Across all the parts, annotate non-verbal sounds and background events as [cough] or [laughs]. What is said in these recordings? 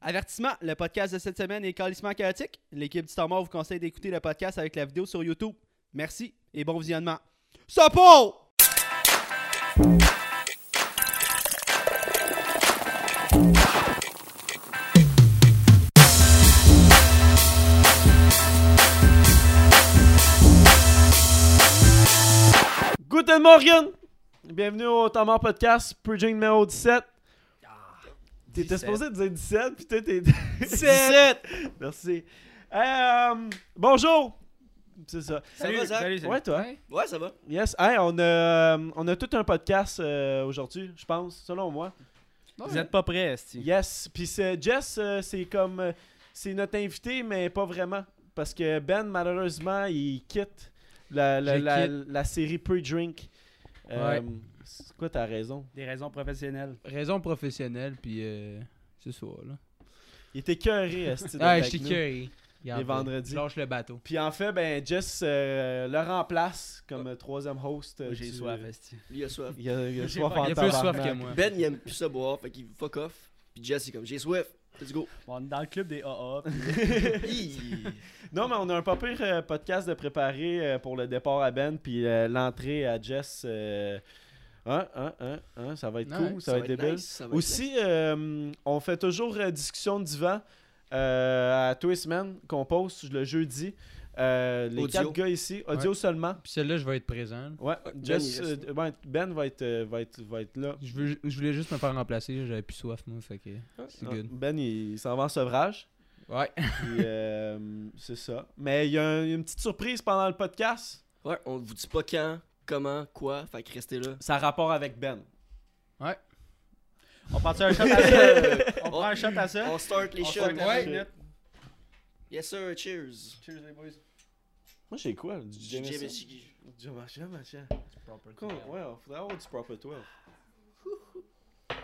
Avertissement, le podcast de cette semaine est calissement chaotique. L'équipe du Temps Mort vous conseille d'écouter le podcast avec la vidéo sur YouTube. Merci et bon visionnement. Sopo! Guten Morgen! Bienvenue au Temps Mort Podcast, Purging numéro 17. T'étais 17. supposé dire 17, puis toi t'es... [laughs] 17! Merci. Euh, bonjour! C'est ça. Salut, Ça va, Zach? salut, salut. Ouais, toi? Ouais, ça va. Yes. Hey, on a, on a tout un podcast euh, aujourd'hui, je pense, selon moi. Vous êtes pas prêts, Esti. Yes. Puis c'est- Jess, euh, c'est comme... euh, C'est notre invité, mais pas vraiment. Parce que Ben, malheureusement, il quitte la, la, Je la- quitte. la série Pre-Drink. Euh, Ouais. C'est quoi ta raison? Des raisons professionnelles. Raison professionnelle, puis euh, c'est ça, là. Il était euh, cœuré, Esti. d'être Ah, avec je suis nous. curé. Les vendredis. Je lâche le bateau. Puis en fait, ben, Jess euh, le remplace comme euh, troisième host. euh, J'ai du- soif, Esti. Lui, il a soif. Il a, il a soif en Il a plus soif tabarnak. que moi. Ben, il aime plus ça boire, fait qu'il fuck off. Puis Jess, il est comme, j'ai soif. Let's go. Bon, on est dans le club des AA. Hi. Non, mais on a un pas pire euh, podcast de préparer euh, pour le départ à Ben, puis euh, l'entrée à Jess. euh, hein, hein, hein, hein, ça va être Ouais, cool, ça, va être débile. nice, ça va être Aussi, euh, on fait toujours euh, discussion de divan euh, à tous les semaines qu'on poste le jeudi. Euh, les Audio. quatre gars ici, audio seulement. Puis celle-là, je vais être présent. là. Ouais, Ben, Jess, il reste euh, ouais, Ben va être, euh, va être, va être là. Je, veux- je voulais juste me faire remplacer, là, j'avais plus soif, moi, fait que c'est Ah, good. Ben, il, il s'en va en sevrage. [laughs] Ouais. Puis, [laughs] euh, c'est ça. Mais il y a un- une petite surprise pendant le podcast. nice. Ouais, on vous dit pas quand, comment, quoi. Fait que restez là. Ça a rapport avec Ben. On prend un shot à ça? On prend un shot à ça? On start les On shots. start la Ouais. minute. Yes, sir, cheers. Cheers, les boys. Moi, j'ai quoi Du J'ai Jameson? jamais chiqué. Du Jameson, Jameson. Cool, Ouais, on faudrait avoir du Proper 12.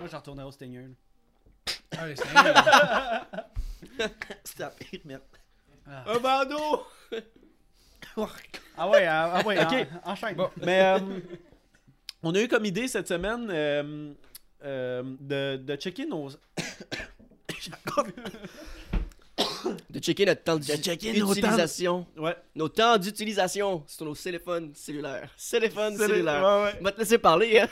Moi, je retournerai au Stinger. là. Allez, Ah, c'est [laughs] bien. C'était la pire [laughs] merde. Un bandeau! Ah ouais, ah, ah ouais, Ok. en- enchaîne. Bon. Mais euh, [laughs] on a eu comme idée cette semaine euh, euh, de, de checker nos. De checker notre temps De checker nos temps. d'utilisation. Ouais. Nos temps d'utilisation sur nos téléphones cellulaires. Téléphone cellulaire. Ouais, ouais. On va te laisser parler, hein.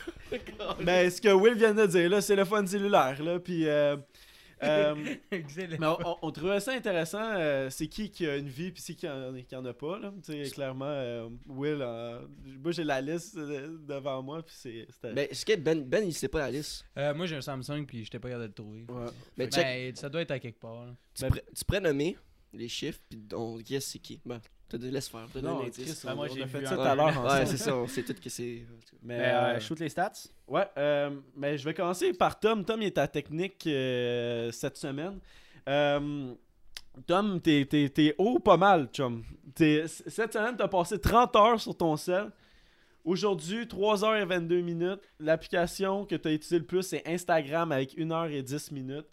Mais Ben, ce que Will vient de dire, là, c'est le phone cellulaire, là. Puis. [laughs] euh, euh, [laughs] Mais on, on- on trouvait ça intéressant. euh, c'est qui qui a une vie puis c'est qui en, qui en a pas. Là. Tu sais, clairement, euh, Will, euh, moi j'ai la liste euh, devant moi. Puis c'est, c'était- Mais est-ce que Ben, Ben, il sait pas la liste? Euh, moi, j'ai un Samsung, puis j'étais pas capable de le trouver. Ouais. Mais Ben, check. ça doit être à quelque part. là. Tu, Ben- pourrais- tu pourrais nommer les chiffres, puis on guess c'est qui. Ben, t'as des laisse faire, t'as donné Non, un Chris, indice. on, Ah, moi, on j'ai a fait vu ça un- tout à l'heure. hein. Ouais, ensemble. c'est ça, on sait tout que c'est. en tout cas. Mais, Mais, ben, euh, euh, shoot les stats. ouais, euh, mais je vais commencer par Tom. Tom il est à technique euh, cette semaine. Euh, Tom, t'es, t'es, t'es haut pas mal, chum. T'es- c- cette semaine, t'as passé 30 heures sur ton sel. Aujourd'hui, 3h22 minutes. L'application que tu as utilisée le plus, c'est Instagram avec 1h10 minutes.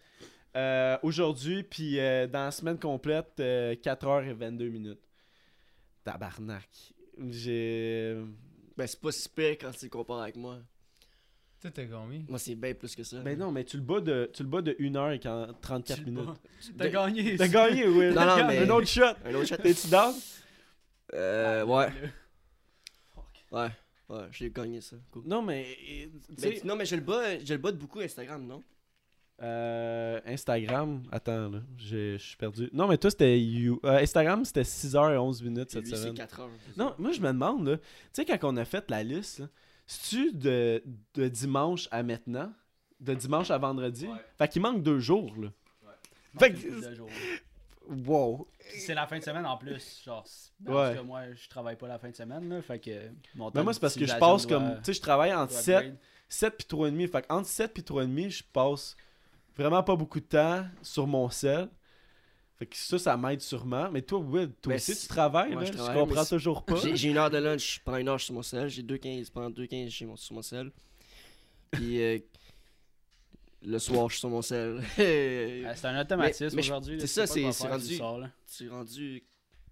Euh, Aujourd'hui, puis euh, dans la semaine complète, euh, 4h22 minutes. Tabarnak. J'ai. Ben, c'est pas si pire quand tu le compares avec moi. Tu t'es combien Moi, c'est bien plus que ça. Mais Ben non, mais tu le bats de, tu le bats de 1h34 minutes. T'as De- gagné. T'as gagné, Will. Non, non, mais- Un autre shot. Un autre [laughs] chat. T'es-tu down? Euh, ouais. Ouais, ouais, j'ai gagné ça. Cool. Non, mais. tu Mais sais, tu- non, mais je le bats, je le bats de beaucoup Instagram, non? Euh, Instagram, attends, là, j'ai- je suis perdu. Non, mais toi, c'était. you- euh, Instagram, c'était 6h11 minutes cette Lui, c'est semaine. 4 heures. c'est ça. Non, moi, je me demande, là, tu sais, quand on a fait la liste, là, c'est-tu de, de dimanche à maintenant De dimanche à vendredi Fait qu'il manque deux jours, là. Fait que. Wow. C'est la fin de semaine en plus, genre. c'est- Ouais. Parce que moi, je travaille pas la fin de semaine, là, fait que. mon temps Mais Ben, moi, c'est parce que je d'utilisation passe doit- comme. Tu sais, je travaille entre doit 7 upgrade. 7 puis 3,5. Fait que entre 7 puis 3,5, je passe vraiment pas beaucoup de temps sur mon sel. Fait que ça, ça m'aide sûrement. Mais toi, Will, toi Ben, aussi, si- tu travailles, moi, là, je je travaille, comprends mais si- toujours pas. J'ai, j'ai une heure de lunch pendant une heure sur mon sel. J'ai 2.15 pendant 2.15 j'ai mon, sur mon sel. Puis euh, le soir, je suis sur mon [laughs] sel. Ah, C'est un automatisme Mais- mais je- aujourd'hui. là, c'est tu ça, sais pas c'est- quoi c'est faire rendu- du soir, là. tu es rendu.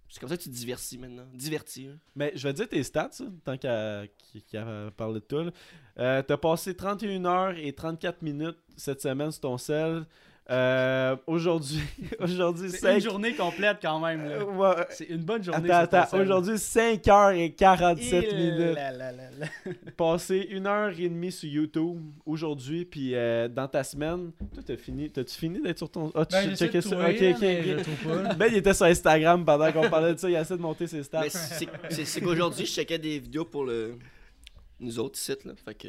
C'est comme ça que tu te divertis maintenant. Divertis. hein. Mais je vais te dire tes stats, hein, tant qu'à qu'à- qu'à parler de toi. là. Euh, T'as passé 31 heures et 34 minutes cette semaine sur ton sel. Euh, aujourd'hui, [laughs] aujourd'hui, C'est 5... une journée complète quand même. là. Ouais. C'est une bonne journée. Euh, Attends, cette attends. personne. Aujourd'hui, 5h47 Il- minutes. la, la, la, la. Passé une heure et demie sur YouTube aujourd'hui, puis euh, dans ta semaine, toi, t'as fini, t'as-tu fini d'être sur ton... Ah, tu Ben, j'essaie de checkais ça? trouver, Ok, ok, mais ok. je le trouve pas. là. Ben, il était sur Instagram pendant qu'on parlait de ça. Il a essayé de monter ses stats. Mais c'est c'est- c'est qu'aujourd'hui, je checkais des vidéos pour le... nous autres sites, là. Fait que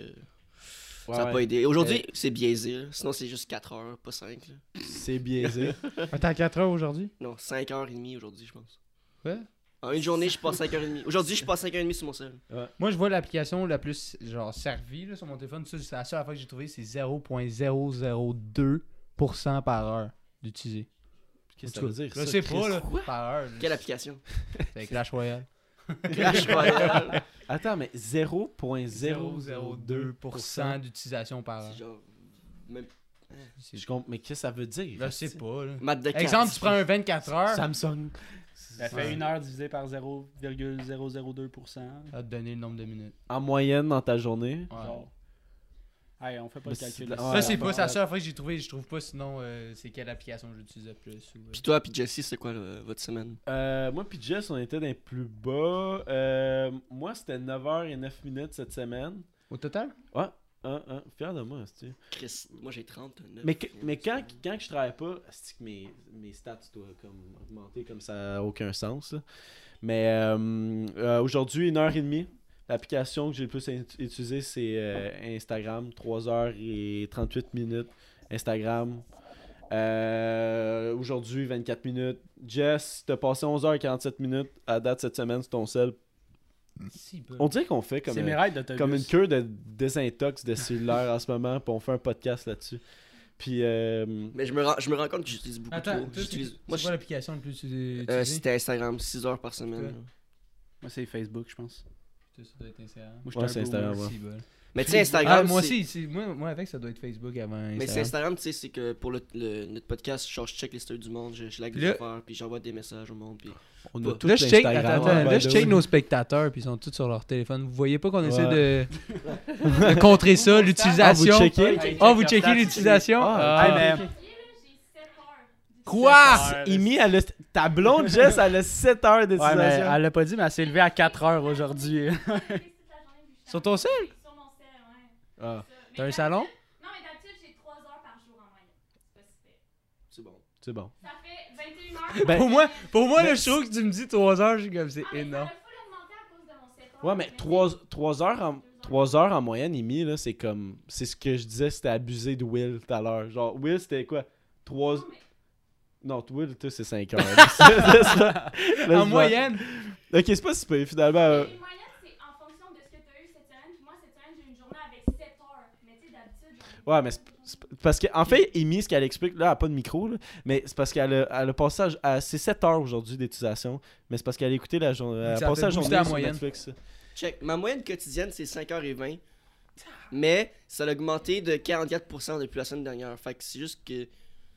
ça n'a Ouais, pas ouais. aidé. Aujourd'hui, c'est biaisé. là. Sinon, c'est juste 4 heures, pas 5. Là. C'est [laughs] biaisé. Attends, 4 heures aujourd'hui? Non, 5h30 aujourd'hui, je pense. Ouais. En une journée, je passe 5h30. Aujourd'hui, je passe 5h30 sur mon sel. Moi, je vois l'application la plus genre servie là, sur mon téléphone. Ça, c'est la seule fois que j'ai trouvé, c'est 0.002% par heure d'utiliser. Qu'est-ce que tu En veux tout cas, dire? Je ça, sais Chris? pas, là. Par heure. là. [laughs] Quelle application C'est Clash Royale. Clash Royale. Attends, mais 0.002%. 0.02% d'utilisation par heure. C'est genre. Même... C'est- Je comprends, mais qu'est-ce que ça veut dire? Je sais pas, là. Mat de Exemple, tu quatre. prends un 24 heures, ça Samsung. Ça fait une heure divisé par 0,002%. va te donner le nombre de minutes. En moyenne dans ta journée. Ouais. Genre. Hey, on fait Mais pas le c'est calcul. de la- ici. Ouais, Ça, c'est pas Ouais. c'est la seule fois que j'ai trouvé. Je trouve pas sinon euh, c'est quelle application j'utilisais plus. Ou, euh. Pis toi, pis Jesse, c'est quoi là, votre semaine Euh, moi puis Jess, on était dans les plus bas. Euh, moi, c'était 9h et 9 minutes cette semaine. Au total? Hein, hein, fier de moi, c'est Chris, moi j'ai 39. mais, que- mais quand, quand que je travaille pas, c'est que mes, mes stats doivent comme augmenter comme ça a aucun sens. là. Mais euh, euh, aujourd'hui, une heure et demie. L'application que j'ai le plus in- utilisée, c'est euh, Instagram. 3h38 minutes. Instagram. Euh, aujourd'hui, 24 minutes. Jess, t'as passé 11h47 minutes à date cette semaine sur ton cell. Si peu. On dirait qu'on fait comme C'est un- mes raids d'autobus. comme une cure de désintox de cellulaire en ce moment, puis on fait un podcast là-dessus. Puis, euh, Mais je me rends, je me rends compte que j'utilise beaucoup Attends, trop. toi, c'est J'utilise. c'est Moi, quoi je- l'application la plus utilisée? euh, c'était Instagram, 6 heures par semaine. Ouais. là. Moi, c'est Facebook, je pense. Ça, ça doit être Instagram. Moi, Ouais, j'étais c'est un Instagram. boomer. ouais. Si, bon. Mais tu sais, Ah, Instagram. moi c'est- aussi, c'est- moi, moi avec ça doit être Facebook avant Instagram. Mais c'est Instagram, tu sais, c'est que pour le, le- notre podcast, je, change- je check les stories du monde, je, je like des Là- affaires, puis j'envoie des messages au monde. Puis... on Là, a tout là, je check, l'Instagram, attends, hein, attends, by là, je the check way. nos spectateurs, puis ils sont tous sur leur téléphone. Vous voyez pas qu'on essaie de, Ouais. [laughs] de contrer ça, Ah, vous l'utilisation. checkez? Hey, Ah, vous check checkez leur l'utilisation? Ah, Ah, ok. mais- Quoi? Ouais, Imi, elle a- ta blonde Jess, elle a 7 heures Ouais, Ah. mais euh, d'utilisation. elle l'a pas dit, mais elle s'est levée à 4 heures [laughs] aujourd'hui. Sur ton sel? Sur mon sel, ouais. Ah, Ça. T'as Mais un salon? Non, mais d'habitude, j'ai 3 heures par jour en moyenne. C'est pas si pire. C'est bon. c'est bon. Ça fait 21 heures. Ben, Pour moi, pour moi le show que tu me dis 3 heures, je suis comme c'est Ah, mais énorme. Ça le full augmenté à cause de mon sept heures. Ouais, mais 3, heures, en, trois heures en moyenne, Imi, là, c'est comme. C'est ce que je disais, c'était abusé de Will tout à l'heure. Genre, Will, c'était quoi 3. Non, mais- Non, Will, toi, c'est 5 [laughs] heures. C'est ça. Là, je vois- En moyenne, Ok, c'est pas si peu, finalement. euh, Les moyennes, c'est en fonction de ce que t'as eu cette semaine. Puis moi, cette semaine, j'ai une journée avec 7 heures. Mais tu sais, d'habitude. j'en ai- Ouais, mais c'est- c'est p- parce qu'en en fait, Amy, ce qu'elle explique, là, elle a pas de micro, là, mais c'est parce qu'elle a, elle a passé à- à, c'est 7 heures aujourd'hui d'utilisation, mais c'est parce qu'elle a écouté la journée. Elle Ça a a passé fait la booster journée la sur moyenne. Netflix. Check. Ma moyenne quotidienne, c'est 5h20. Mais ça a augmenté de 44% depuis la semaine dernière. Fait que c'est juste que.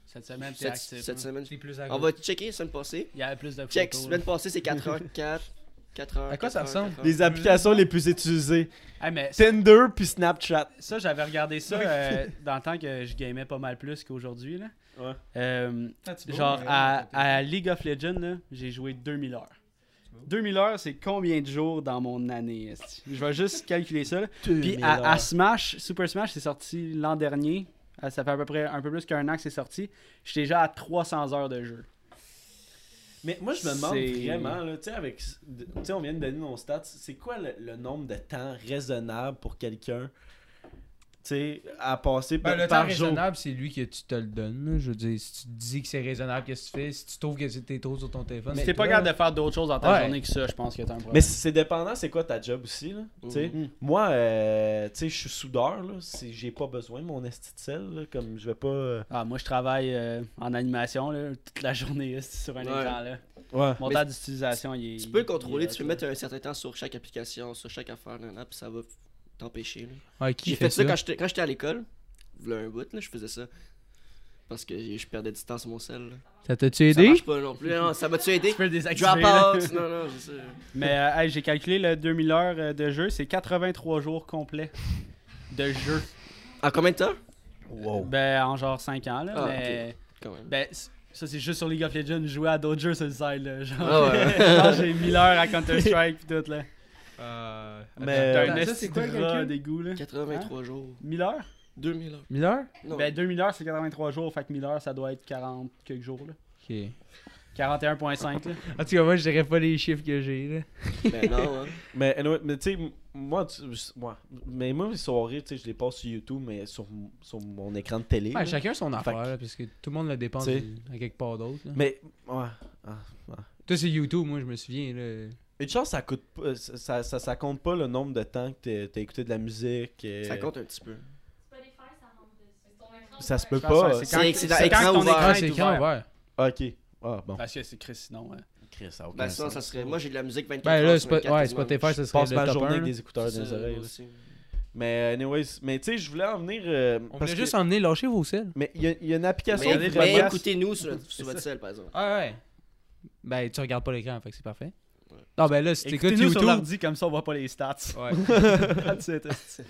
Cette semaine, t'es Cette, actif. cette hein. semaine. c'est plus On va checker la semaine passée. Il y avait plus de photos. Check, là. semaine passée, c'est [laughs] 4h04. 4h. À quoi ça ressemble? Les applications les plus utilisées Hey, mais ça, Tinder puis Snapchat. ça, j'avais [laughs] regardé ça euh, dans le temps que je gamais pas mal plus qu'aujourd'hui. là. Ouais. Euh, Oh, Mmh. genre, à, à League of Legends, là, j'ai joué 2000 heures. 2000 heures, c'est combien de jours dans mon année? esti? Je vais [laughs] juste calculer ça. là. Puis à, à Smash, Super Smash, c'est sorti l'an dernier. Ah, Ça fait à peu près un peu plus qu'un an que c'est sorti. Je suis déjà à 300 heures de jeu. Mais moi, je me demande C'est- vraiment, là, tu sais, avec. Tu sais, on vient de donner nos stats. C'est quoi le, le nombre de temps raisonnable pour quelqu'un, tu sais, à passer Ben, par, le temps par jour? raisonnable, c'est lui que tu te le donnes. là. Je veux dire, si tu te dis que c'est raisonnable, qu'est-ce que tu fais Si tu trouves que t'es trop sur ton téléphone. Si c'est t'es pas toi, capable là. de faire d'autres choses dans ta Ouais. journée que ça, je pense que t'as un problème. Mais c'est dépendant, c'est quoi ta job aussi, là. tu sais. Mhm. Moi, euh, tu sais, je suis soudeur, là. c'est- J'ai pas besoin de mon esti de sel, là, comme je vais pas... euh, Ah, moi, je travaille euh, en animation là, toute la journée esti, sur un Ouais. écran. Là. Mon Mais temps d'utilisation, il est. Tu il- peux il le contrôler, est tu peux hot, mettre un certain temps sur chaque application, sur chaque affaire, nan, nan, puis ça va t'empêcher. là. Ouais, Ah, qui J'ai fait, fait ça quand quand j'étais quand j'étais à l'école. V'là un bout, là, je faisais ça. Parce que j'ai- je perdais du temps sur mon sel. là. Ça t'a-tu Ça aidé marche pas non plus. Non, ça m'a-tu aidé? Tu peux le désactiver. Drop là. out! Non, non, c'est [laughs] ça. Mais euh, hey, j'ai calculé le 2000 heures euh, de jeu, c'est 83 jours complets de jeu. En combien de temps? Wow. Ben, en genre 5 ans, là. Ah, mais. quand même. Ben, c- ça, c'est juste sur League of Legends, jouer à d'autres jeux sur le side, là. Genre, Ah ouais. [laughs] genre, j'ai 1000 heures à Counter-Strike pis tout, là. Euh, Mais- T'as Euh, un attends, ça, esti c'est quoi de le ras calcul? des goûts, là. 83 Hein? jours. 1000 heures 2000 heures. 1000 heures? Non. Ben, 2000 heures, c'est 83 jours, fait que 1000 heures, ça doit être 40 quelques jours, là. Ok. 41.5, là. En tout cas, moi, je dirais pas les chiffres que j'ai, là. [laughs] ben non, hein. Mais, anyway, mais tu sais, m- moi, tu- moi, mais moi, mes soirées, tu sais, je les passe sur YouTube, mais sur, m- sur mon écran de télé. là. Ouais, chacun son affaire, que- là, parce que tout le monde le dépense T'sais. à quelque part d'autre. là. Mais, ouais. ah. Toi, c'est YouTube, moi, je me souviens, là. Une chance, ça, coûte, pas- ça, ça, ça- ça compte pas le nombre de temps que t'es- t'as écouté de la musique. euh, Ça compte un petit peu. Spotify, ça rentre dessus. Ça se peut Je pense, pas. ouais, C'est- euh, c'est dans quand écran ton ouvert. écran Ah, est c'est quand, ouvert. ouais. Ok. Ah, bon. Parce que c'est Chris, sinon, hein. Chris, ça a aucun Ben sinon, sens. ça serait. Moi, j'ai de la musique 24 Ben là, heures Spo- sur 24 ouais, quasiment. Spotify, ça Je serait passe le ma top journée 1. avec des écouteurs C'est dans les ça, oreilles. moi là. aussi. Mais, anyways, mais tu sais, je voulais en venir. euh, On parce voulait que- juste emmener, lâcher vos selles. Mais il y, a- il y a une application. Mais, de mais podcast. écoutez-nous sur, notre- sur votre selle, par exemple. Ah ouais. Ben, tu regardes pas l'écran, fait que c'est parfait. Non, ben là, si t'écoutes Écoutez-nous sur YouTube... l'ordi, comme ça, on voit pas les stats. Ouais. [laughs] That's [laughs] it.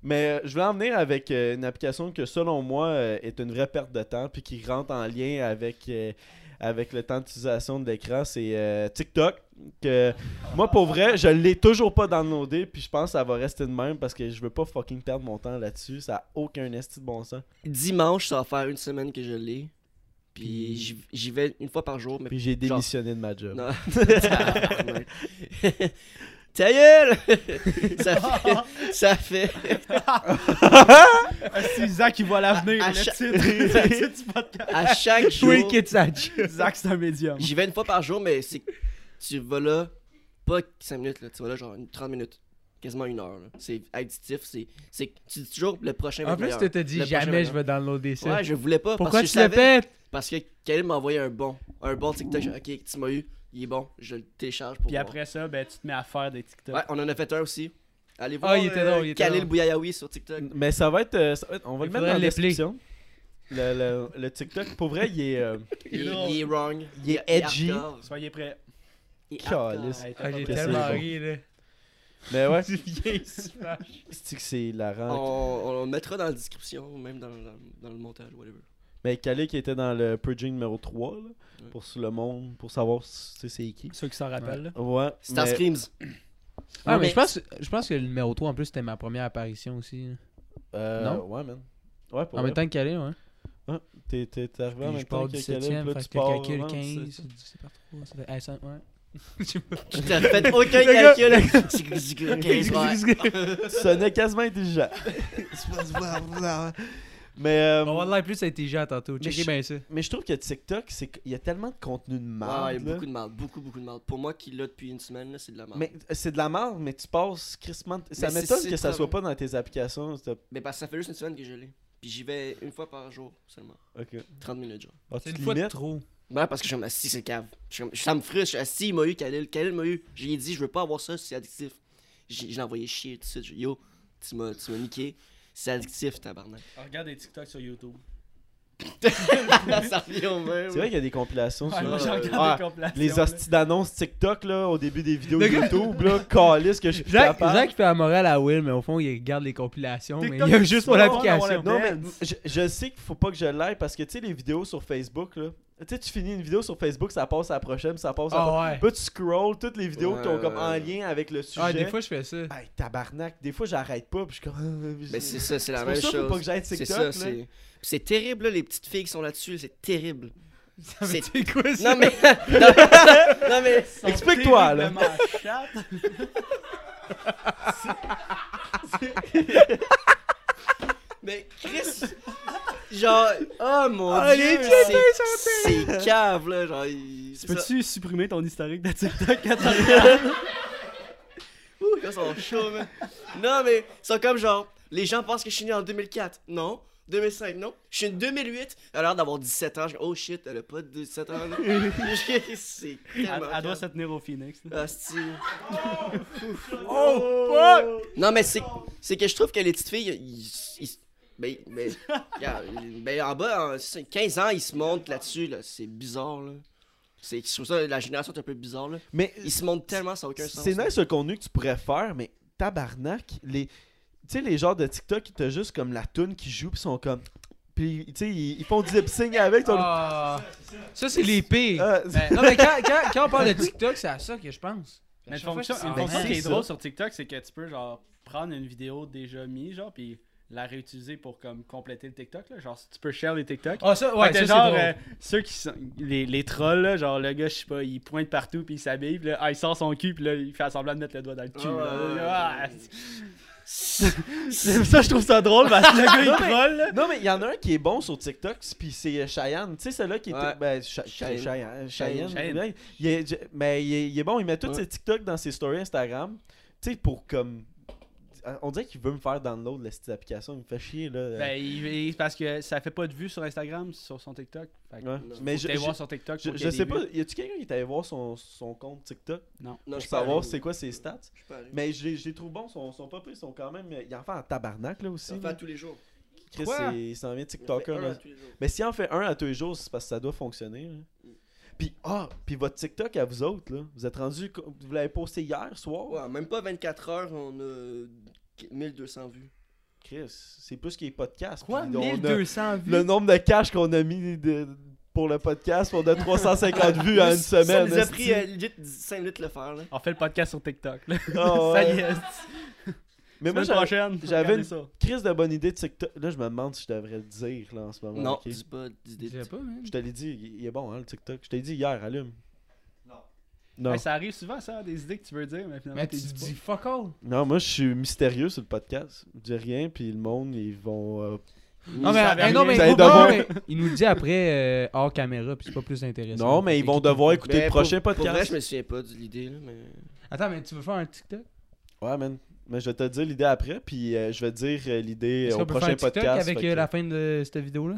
Mais euh, je voulais en venir avec euh, une application que, selon moi, euh, est une vraie perte de temps, puis qui rentre en lien avec, euh, avec le temps d'utilisation de l'écran, c'est euh, TikTok. Que, moi, pour vrai, je l'ai toujours pas downloadé, puis je pense que ça va rester de même parce que je veux pas fucking perdre mon temps là-dessus. Ça a aucun esti de bon sens. Dimanche, ça va faire une semaine que je l'ai. Puis j'y- j'y vais une fois par jour, mais Puis j'ai démissionné de ma job. Non. [laughs] Ta gueule! [laughs] ça fait. Ça fait. Ah, c'est Zach qui voit l'avenir, À- à le chaque- titre. [laughs] le titre du podcast. À [laughs] chaque jour. Tweak it, Satch. Zach, c'est un médium. J'y vais une fois par jour, mais c'est. Tu vas là, pas 5 minutes, là. Tu vas là, genre une 30 minutes. Quasiment une heure, là. C'est additif, c'est. c'est- Tu dis toujours le prochain va En être plus, meilleur. tu t'es dit, Le prochain jamais je meilleur. vais downloader ça. Ouais, je voulais pas. Pourquoi parce que tu je le savais- pètes? Parce que Kalim m'a envoyé un bon. Un bon TikTok. J'ai dit, Ok, tu m'as eu. Il est bon. Je le télécharge pour. Puis voir. après ça, ben, tu te mets à faire des TikTok. Ouais, on en a fait un aussi. Allez voir. Ah, euh, il était drôle, il était Khalil drôle. Bouyayaoui sur TikTok. Mais ça va être. euh, ça va être- on va Il le mettre faudrait dans la les play. description. Le, le- le TikTok, pour vrai, il est. euh, Il Il, est drôle. il est wrong. Il est edgy. hardcore. Soyez prêts. Il est hardcore. Caliste. Hey, t'as Ah, pas j'ai besoin. tellement bon. ri, là. Mais ouais, Du vieil Smash. c'est que c'est hilarant. On, on le mettra dans la description, ou même dans, dans, dans le montage, whatever. Mais Calais qui était dans le purging numéro 3, là, Ouais. pour sur le monde, pour savoir si- tu sais, c'est qui. Ceux qui s'en rappellent. là. Ouais. Star mais- Screams. Ah, mais mais- je pense, je pense que le numéro 3, en plus, c'était ma première apparition aussi. là. euh, Non? Ouais, man. Ouais, pour En même temps que Calais, ouais. T'es, t'es, t'es arrivé en Puis même je temps pars que du Calais, 7ème, puis là, fait tu que pars hein, calcul vraiment, 15, c'est- c'est par 3, ça fait hey, ça- ouais. [laughs] Je sais pas. Tu [laughs] t'as fait aucun calcul. Ok, ouais. Tu sonnais quasiment [laughs] intelligent. mais, euh, On va l'air plus intelligent tantôt, Mais checkez je- bien ça. mais je trouve que TikTok, c'est... qu- il y a tellement de contenu de Ah, marde. il y a là. beaucoup de merde, beaucoup, beaucoup de merde. Pour moi qui l'a depuis une semaine, là, c'est de la merde. Mais euh, Mais, c'est de la marde, mais tu passes crissement. Ça c'est- m'étonne c'est que ça très soit bon. pas dans tes applications. c'est- parce que ça fait juste une semaine que je l'ai. Puis j'y vais une fois par jour seulement. Ok. 30 minutes, genre. Ah, tu C'est une te fois de limites? trop. Ben, parce que je suis comme, ah, si, c'est cave. Je suis comme- ça me frustre. Je suis, ah, si, il m'a eu, Khalil. Khalil m'a eu. J'ai dit, je veux pas avoir ça, c'est addictif. J'ai- Je l'ai envoyé chier tout de suite. J'ai dit, Yo, tu m'as tu m'as niqué. C'est [laughs] addictif, tabarnak. regarde des TikTok sur YouTube. ça revient au même. C'est vrai qu'il y a des compilations sur moi, j'en regarde euh, des ouais, compilations, Les là. hosties d'annonces TikTok là, au début des vidéos Le gars- YouTube, là, calisse que je suis plus Jacques, capable. Jacques fait la morale à Will, mais au fond, il regarde les compilations, mais TikTok, il y a juste pour non, l'application. non, Non, mais je, je sais qu'il faut pas que je l'aille parce que tu sais, les vidéos sur Facebook, là, tu sais, tu finis une vidéo sur Facebook, ça passe à la prochaine, ça passe à la Ah prochaine. ouais. Puis tu scrolls toutes les vidéos qui ont comme en Ouais. lien avec le sujet. Ah, des fois, je fais ça. Hey, tabarnak, des fois j'arrête pas, puis je suis comme. [laughs] Mais c'est ça, c'est la C'est même pour ça qu'il faut pas que chose. j'aille C'est TikTok. ça, là. c'est. C'est terrible, là, les petites filles qui sont là-dessus, c'est terrible. C'est- C'est quoi [laughs] ça? [laughs] [laughs] Non, [laughs] mais. non, non, mais. Explique-toi, là. [laughs] Terriblement chattes. Mais Chris. Genre. Oh mon Ah, dieu. les c'est- C'est cave, là. Genre. il- c'est ça. Peux-tu supprimer ton historique de TikTok quand t'as Ouh, ils sont chauds, man. Non, mais. Ils sont comme genre. Les gens pensent que je suis né en 2004. Non. 2005, non. Je suis né en 2008. Elle a l'air d'avoir 17 ans. Je- Oh shit, elle a pas 17 ans. là. [laughs] c'est Elle, tellement. elle doit cave. se tenir au Phoenix. là. Asti. Oh, fuck! Non, mais c'est, c'est que je trouve que les petites filles, ils- ils- ben, ben, regarde, ben, en bas, en 15 ans, ils se montent là-dessus, là. C'est bizarre, là. C'est, je trouve ça, la génération est un peu bizarre, là. Mais Ils se montent tellement, ça n'a aucun sens. C'est là. nice le contenu que tu pourrais faire, mais tabarnak, les. Tu sais, les genres de TikTok qui t'as juste comme la toune qui joue pis sont comme Puis, tu sais, ils, ils font du lip sync avec. Ton... Ah, ça, c'est les pires. Ah, Ben, non, mais quand, quand- quand on parle de TikTok, c'est à ça que je pense. Mais une Chaque fois, fonction, je- une Ah, fonction ben, qui c'est est ça. drôle sur TikTok, c'est que tu peux genre prendre une vidéo déjà mise, genre, puis la réutiliser pour comme compléter le TikTok, là. Genre, tu peux share les TikTok. Ah, ça, Ouais, ouais, ça, c'est genre, drôle. euh, ceux qui sont. Les, les trolls, là, genre, le gars, je sais pas, il pointe partout, puis il s'habille, puis là, ah, il sort son cul, puis là, il fait semblant de mettre le doigt dans le cul. Ah, là. ouais. Ah, c'est- ça, je trouve ça drôle, parce que le gars, il Non, mais- troll, là. Non, mais il y en a un qui est bon sur TikTok, puis c'est euh, Cheyenne. Tu sais, celui-là qui était. Ouais. Ben, Ch- Ch- Cheyenne. Cheyenne. Cheyenne. Cheyenne. ouais. Il est- je- mais il est, il est bon, il met tous Ouais. ses TikTok dans ses stories Instagram. Tu sais, pour comme. On dirait qu'il veut me faire download la petite application, il me fait chier, là. Ben, il- il- parce que ça fait pas de vues sur Instagram, sur son TikTok. Fait que Ouais. non. Mais faut je, t'aller je- voir sur TikTok. je- pour je qu'il y ait sais des pas, vues. y a-tu quelqu'un qui est allé voir son, son compte TikTok Non. Non, pour je peux savoir aller, c'est quoi ses stats? Je peux aller. Mais j'ai j'ai trouvé bon, sont, sont pas pris, ils sont quand même. Ils en font en tabarnak là aussi. Ça là. fait tous les jours. Chris, Quoi? c'est- il s'en vient TikToker. On fait un là. à tous les jours. Mais s'il en fait un à tous les jours, c'est parce que ça doit fonctionner. Mm. là. Puis, ah, puis votre TikTok à vous autres, là, vous êtes rendu, vous l'avez posté hier soir. Ouais, même pas 24 heures, on a 1200 vues. Chris, c'est plus qu'il est podcast. Quoi? puis on a 1200 vues? Le nombre de cash qu'on a mis de- pour le podcast, on a 350 [laughs] vues en une ça semaine. nous a esti. pris euh, legit 5 minutes de le faire. Là. On fait le podcast sur TikTok. Là. euh, Ah, ça ouais. y est. Mais moi, Semaine j'avais prochaine. j'avais regardez une- ça. Chris de bonne idée de TikTok. Là, je me demande si je devrais le dire là, en ce moment. non, Ah ok? dis pas Je d'idée. sais pas, man. Je te l'ai dit, il il est bon, hein, le TikTok. Je t'ai dit hier, allume. Non. Non. Ah, Ouais, ça arrive souvent, ça, des idées que tu veux dire, mais finalement, Mais t'es tu dis dis fuck all. Non, moi, je suis mystérieux sur le podcast. Je dis rien, puis le monde, ils vont. euh, Non, mais, savez hey, non, rien. mais, Vous allez non, devoir- mais il nous le dit après euh, hors caméra, puis c'est pas plus intéressant. Non, mais ils vont devoir écouter le prochain Ben, Pour vrai, podcast. je me souviens pas de l'idée. Là, mais... Attends, mais tu veux faire un TikTok Ouais, man. Mais je vais te dire l'idée après, puis euh, je vais te dire euh, l'idée Est-ce euh, qu'on au peut prochain faire un TikTok podcast. avec fait euh, que- la fin de cette vidéo-là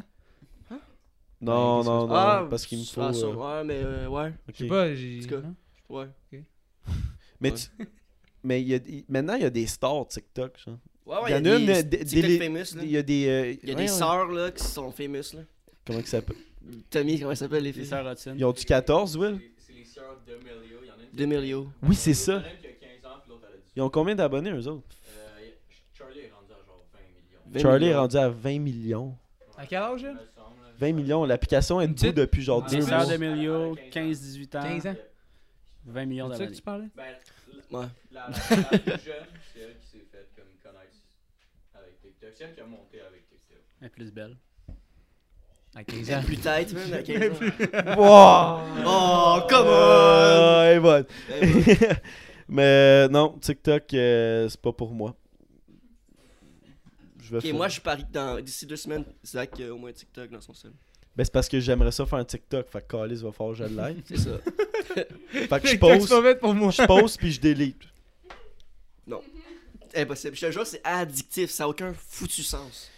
Non, Ouais, non, non, Ah, parce qu'il me faut. ah, euh, ça, Ouais, mais euh, ouais. ok. Je sais pas, j'ai. En tout cas. non? Ouais. Mais, tu- [laughs] mais il y a- il- maintenant, il y a des stars TikTok. genre. Ouais, ouais, Il y en a a une, des, euh, des, des- TikTok des- famous, là. Il y a des. euh, Il y ouais, a des ouais. sœurs là qui sont famous là. Comment que ça s'appelle Tommy, comment elle s'appelle les Les filles sœurs Hudson. Ils ont-tu 14, Will Demelio. Oui, c'est ça. Ils ont combien d'abonnés, eux autres Charlie est rendu à 20 millions. À quel âge, elle? 20 millions, l'application est Une debout petite- Ah, depuis genre Les deux mois. sœurs d'Emilio, 15-18 ans. 15 ans. 20 C'est millions ça que d'abonnés. tu parlais Ouais. Ben, La, la plus jeune, c'est elle qui s'est faite comme connaître avec TikTok. C'est elle qui a monté avec TikTok. Elle est plus belle. À 15 ans. Plus tête même à 15 ans. Wow! Oh, come on! Ah, elle est bonne. [laughs] Eh ouais. Mais euh, non, TikTok, euh, c'est pas pour moi. Je vais Ok, faire- moi je parie que dans- d'ici deux semaines, Zach a au moins TikTok dans son seul. Ben, c'est parce que j'aimerais ça faire un TikTok. Fait que Calis va falloir que je l'aide. C'est ça. [laughs] [laughs] fait que [laughs] je Qu'est-ce que tu vas pose, mettre pour moi je pose puis je délite. Impossible. Je te jure, c'est addictif. Ça n'a aucun foutu sens.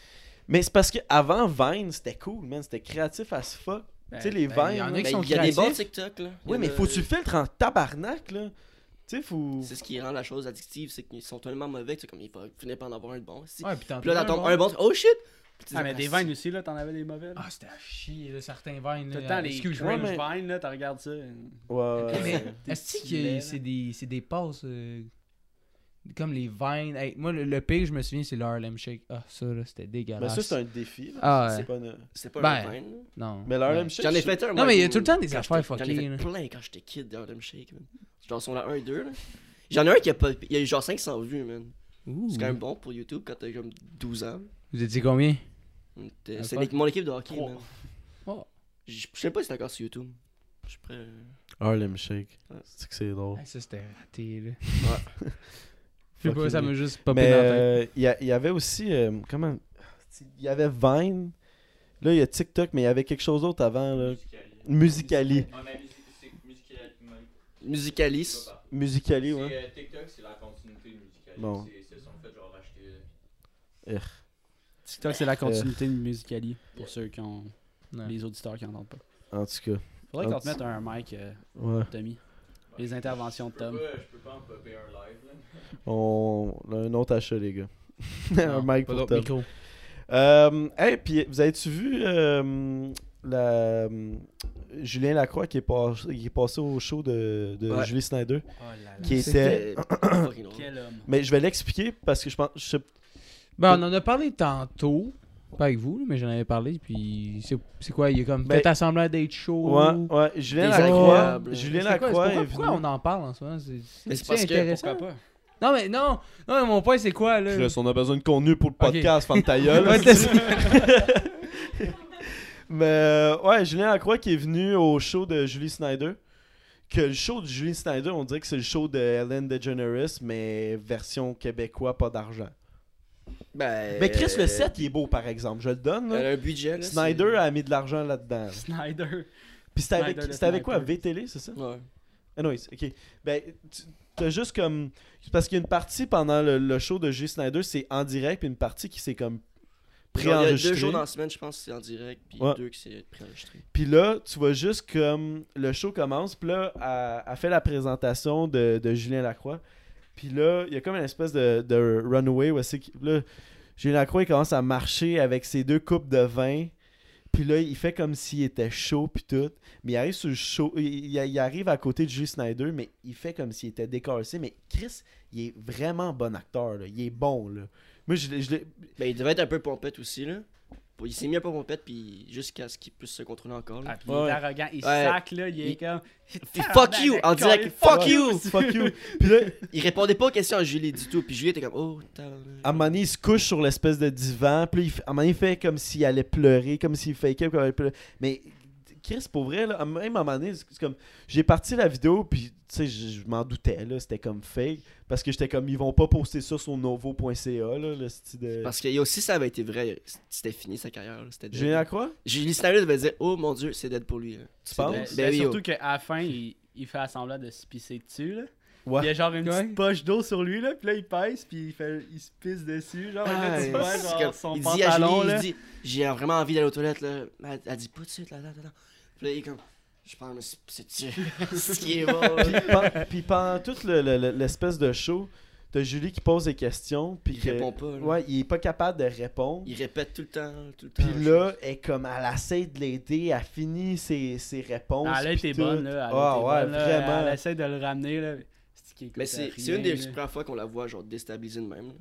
Mais c'est parce que avant Vine, c'était cool, man. C'était créatif as fuck. tu sais, les ben, Vines. y en a là. qui Mais sont il y a des créatifs. bons TikTok là. Il y Oui, en mais a- euh, faut que tu le filtres en tabarnak, là. Tu sais, faut. C'est ce qui rend la chose addictive, c'est qu'ils sont tellement mauvais que c'est comme il va finir par en avoir un de bon. si. Ouais, puis t'en Puis là, trouves t'entends un bon, oh shit! Puis tu Ah, dis, mais des ah, vines aussi, là, t'en avais des mauvais. là. Ah, c'était à chier, là, certains vines. Tout le là. temps, les Excuse-moi, cringe mais- vines, là, t'en regardes ça. Ouais, ouais, Mais- ouais. Est-ce petits que laits, c'est des, c'est des passes euh, comme les vines? Hey, moi, le, le pire, je me souviens, c'est le Harlem Shake. Ah, ça, là, c'était Mais dégueulasse. Ben, ça, c'est un défi. là. Ah, ouais. C'est pas une- C'est pas Ben, un vine. Non. Mais l'Harlem Ouais. Shake. J'en ai c'est- fait un. Non, moi, mais il y a quand- tout le temps des quand affaires j'étais- J'en ai fuckées, fait là. plein quand j'étais kid de Harlem Shake, man. Genre, sont là un, deux, là. J'en ai un qui a pas. Il y a eu genre 500 vues, man. Ouh. C'est quand même bon pour YouTube quand t'as comme 12 ans. Vous étiez combien? Donc, t'es- Ah, C'est fuck. l'équipe- mon équipe de hockey, Trois. man. Oh. Je je sais pas si c'est encore sur YouTube. Je suis prêt. Harlem Shake. C'est que c'est drôle. Hey, Ah, ça, c'était raté, là. Ouais. [laughs] Je sais pas, hein. ça m'a juste popé Mais dans la tête. euh, il y, a- il y avait aussi. euh, comment Il y avait Vine. Là, il y a TikTok, mais il y avait quelque chose d'autre avant. Là. Musicali. Ouais, mais musique- c'est musical. même Musicalis. pas Musicali, ouais. C'est, euh, TikTok, c'est la continuité de musical. Bon. C'est, c'est son fait genre acheter. TikTok, Euh, c'est la continuité de Musicali, pour ceux qui ont. Ouais. Les auditeurs qui entendent pas. En tout cas. Faudrait qu'on Ah, te mette un mic, euh, Ouais. Tommy. Les interventions de Je peux Tom. pas, je peux pas en popper un live là. On... on a un autre achat, les gars. euh, un Non, mic pour pas d'autres Tom. micros. Euh, hey, puis vous avez-tu vu euh, la... Julien Lacroix qui est, pas- qui est passé au show de, de Ouais. Julie Snyder Oh là Qui était. C'était fucking drôle. Quel homme. Mais je vais l'expliquer parce que je pense. je sais- Ben, on en a parlé tantôt. Pas avec vous, là, mais j'en avais parlé. Puis c'est- c'est quoi Il est comme Ben- peut-être semblant d'être chaud. Ouais, ouais. Julien Lacroix. Julien Désagréable. C'est quoi- c'est Lacroix est pourquoi, pourquoi venu. on en parle en ce moment C'est- Mais C'est c'est parce que- intéressant. Pourquoi pas? Non, mais non. Non, mais mon point, c'est quoi là Chris, on a besoin de contenu pour le podcast, ferme [laughs] ta gueule. Ouais, c'est ça. [laughs] Mais euh, ouais, Julien Lacroix qui est venu au show de Julie Snyder. Que le show de Julie Snyder, on dirait que c'est le show de Ellen DeGeneres, mais version québécois, pas d'argent. Ben. Mais Chris, euh, le 7, il est beau par exemple, je le donne. là. Euh, Elle a un budget, là. Snyder a mis de l'argent là-dedans. [laughs] Snyder. Puis c'était avec, Snyder le c'était avec quoi sniper. VTL, c'est ça c'est- Ouais. Anyways, ok. Ben, tu- t'as juste comme. Parce qu'il y a une partie pendant le, le show de Julie Snyder, c'est en direct, puis une partie qui s'est comme Genre, Il y a deux préenregistrée. jours dans la semaine, je pense, que c'est en direct, puis Ouais. deux que c'est préenregistré. Puis là, tu vois juste comme le show commence, puis là, elle, elle fait la présentation de, de Julien Lacroix. Puis là, il y a comme une espèce de, de runway où c'est que- là, Julien Lacroix il commence à marcher avec ses deux coupes de vin. Puis là, il fait comme s'il était chaud, puis tout. Mais il arrive sur le show, il, il- il arrive à côté de Julie Snyder, mais il fait comme s'il était décassé. Mais Chris, il est vraiment bon acteur, là. Il est bon, là. Moi, je, l'ai- je l'ai- Ben, il devait être un peu pompette aussi, là. Il s'est mis un peu pompette, puis jusqu'à ce qu'il puisse se contrôler encore. là. Ah, puis il Ouais. est arrogant, il Ouais. sac, là, il est Il- comme. [laughs] Puis fuck you! En direct, fuck you! Fuck you! Puis là, Il répondait pas aux questions à Julie du tout, puis Julie était comme, oh, À un tabarnak. moment donné, il se couche sur l'espèce de divan. Puis là, il fait- à un moment donné, il fait comme s'il allait pleurer, comme s'il fakeait. Comme il pleurait. Mais Chris, pour vrai, là, à même à un moment donné, c'est comme. J'ai parti la vidéo, puis tu sais, je, je m'en doutais, là. C'était comme fake. Parce que j'étais comme, ils vont pas poster ça sur novo.ca, là, le style de. Parce que aussi, ça avait été vrai, c'était fini sa carrière, là, c'était dead. Julien Lacroix Julie Snyder devait dire, oh mon dieu, c'est dead pour lui. là. Tu C'est penses? dead. Ben, Ben ben, oui, oh. surtout qu'à la fin, il, il fait semblant de se pisser dessus. Là. Ouais. Il y a genre une Ouais. petite poche d'eau sur lui, là, puis là, il pèse, puis il, fait, il se pisse dessus. Genre, Ah, là, tu c'est vois, genre, comme- son il dit à pantalon, Julie, là. il dit J'ai vraiment envie d'aller aux toilettes, là. Mais Elle, elle dit pas de suite, là, attends, attends. Puis là, il est comme Je pense, mais c'est c'est- [laughs] c'est- c'est ce qui est bon. Puis pen- Puis pendant toute le- le- le- l'espèce de show, t'as Julie qui pose des questions. Puis il que- répond pas. là. Ouais, il est pas capable de répondre. Il répète tout le temps, tout le temps. Puis là, elle, comme, elle essaie de l'aider, elle finit ses, ses réponses. Ah, elle a puis été tout. bonne, là. Elle a Ah, été ouais, bonne, là, vraiment. Elle essaie de le ramener, là. C'est qui écoute mais c'est rien, c'est une des là. premières fois qu'on la voit, genre, déstabilisée de même. là.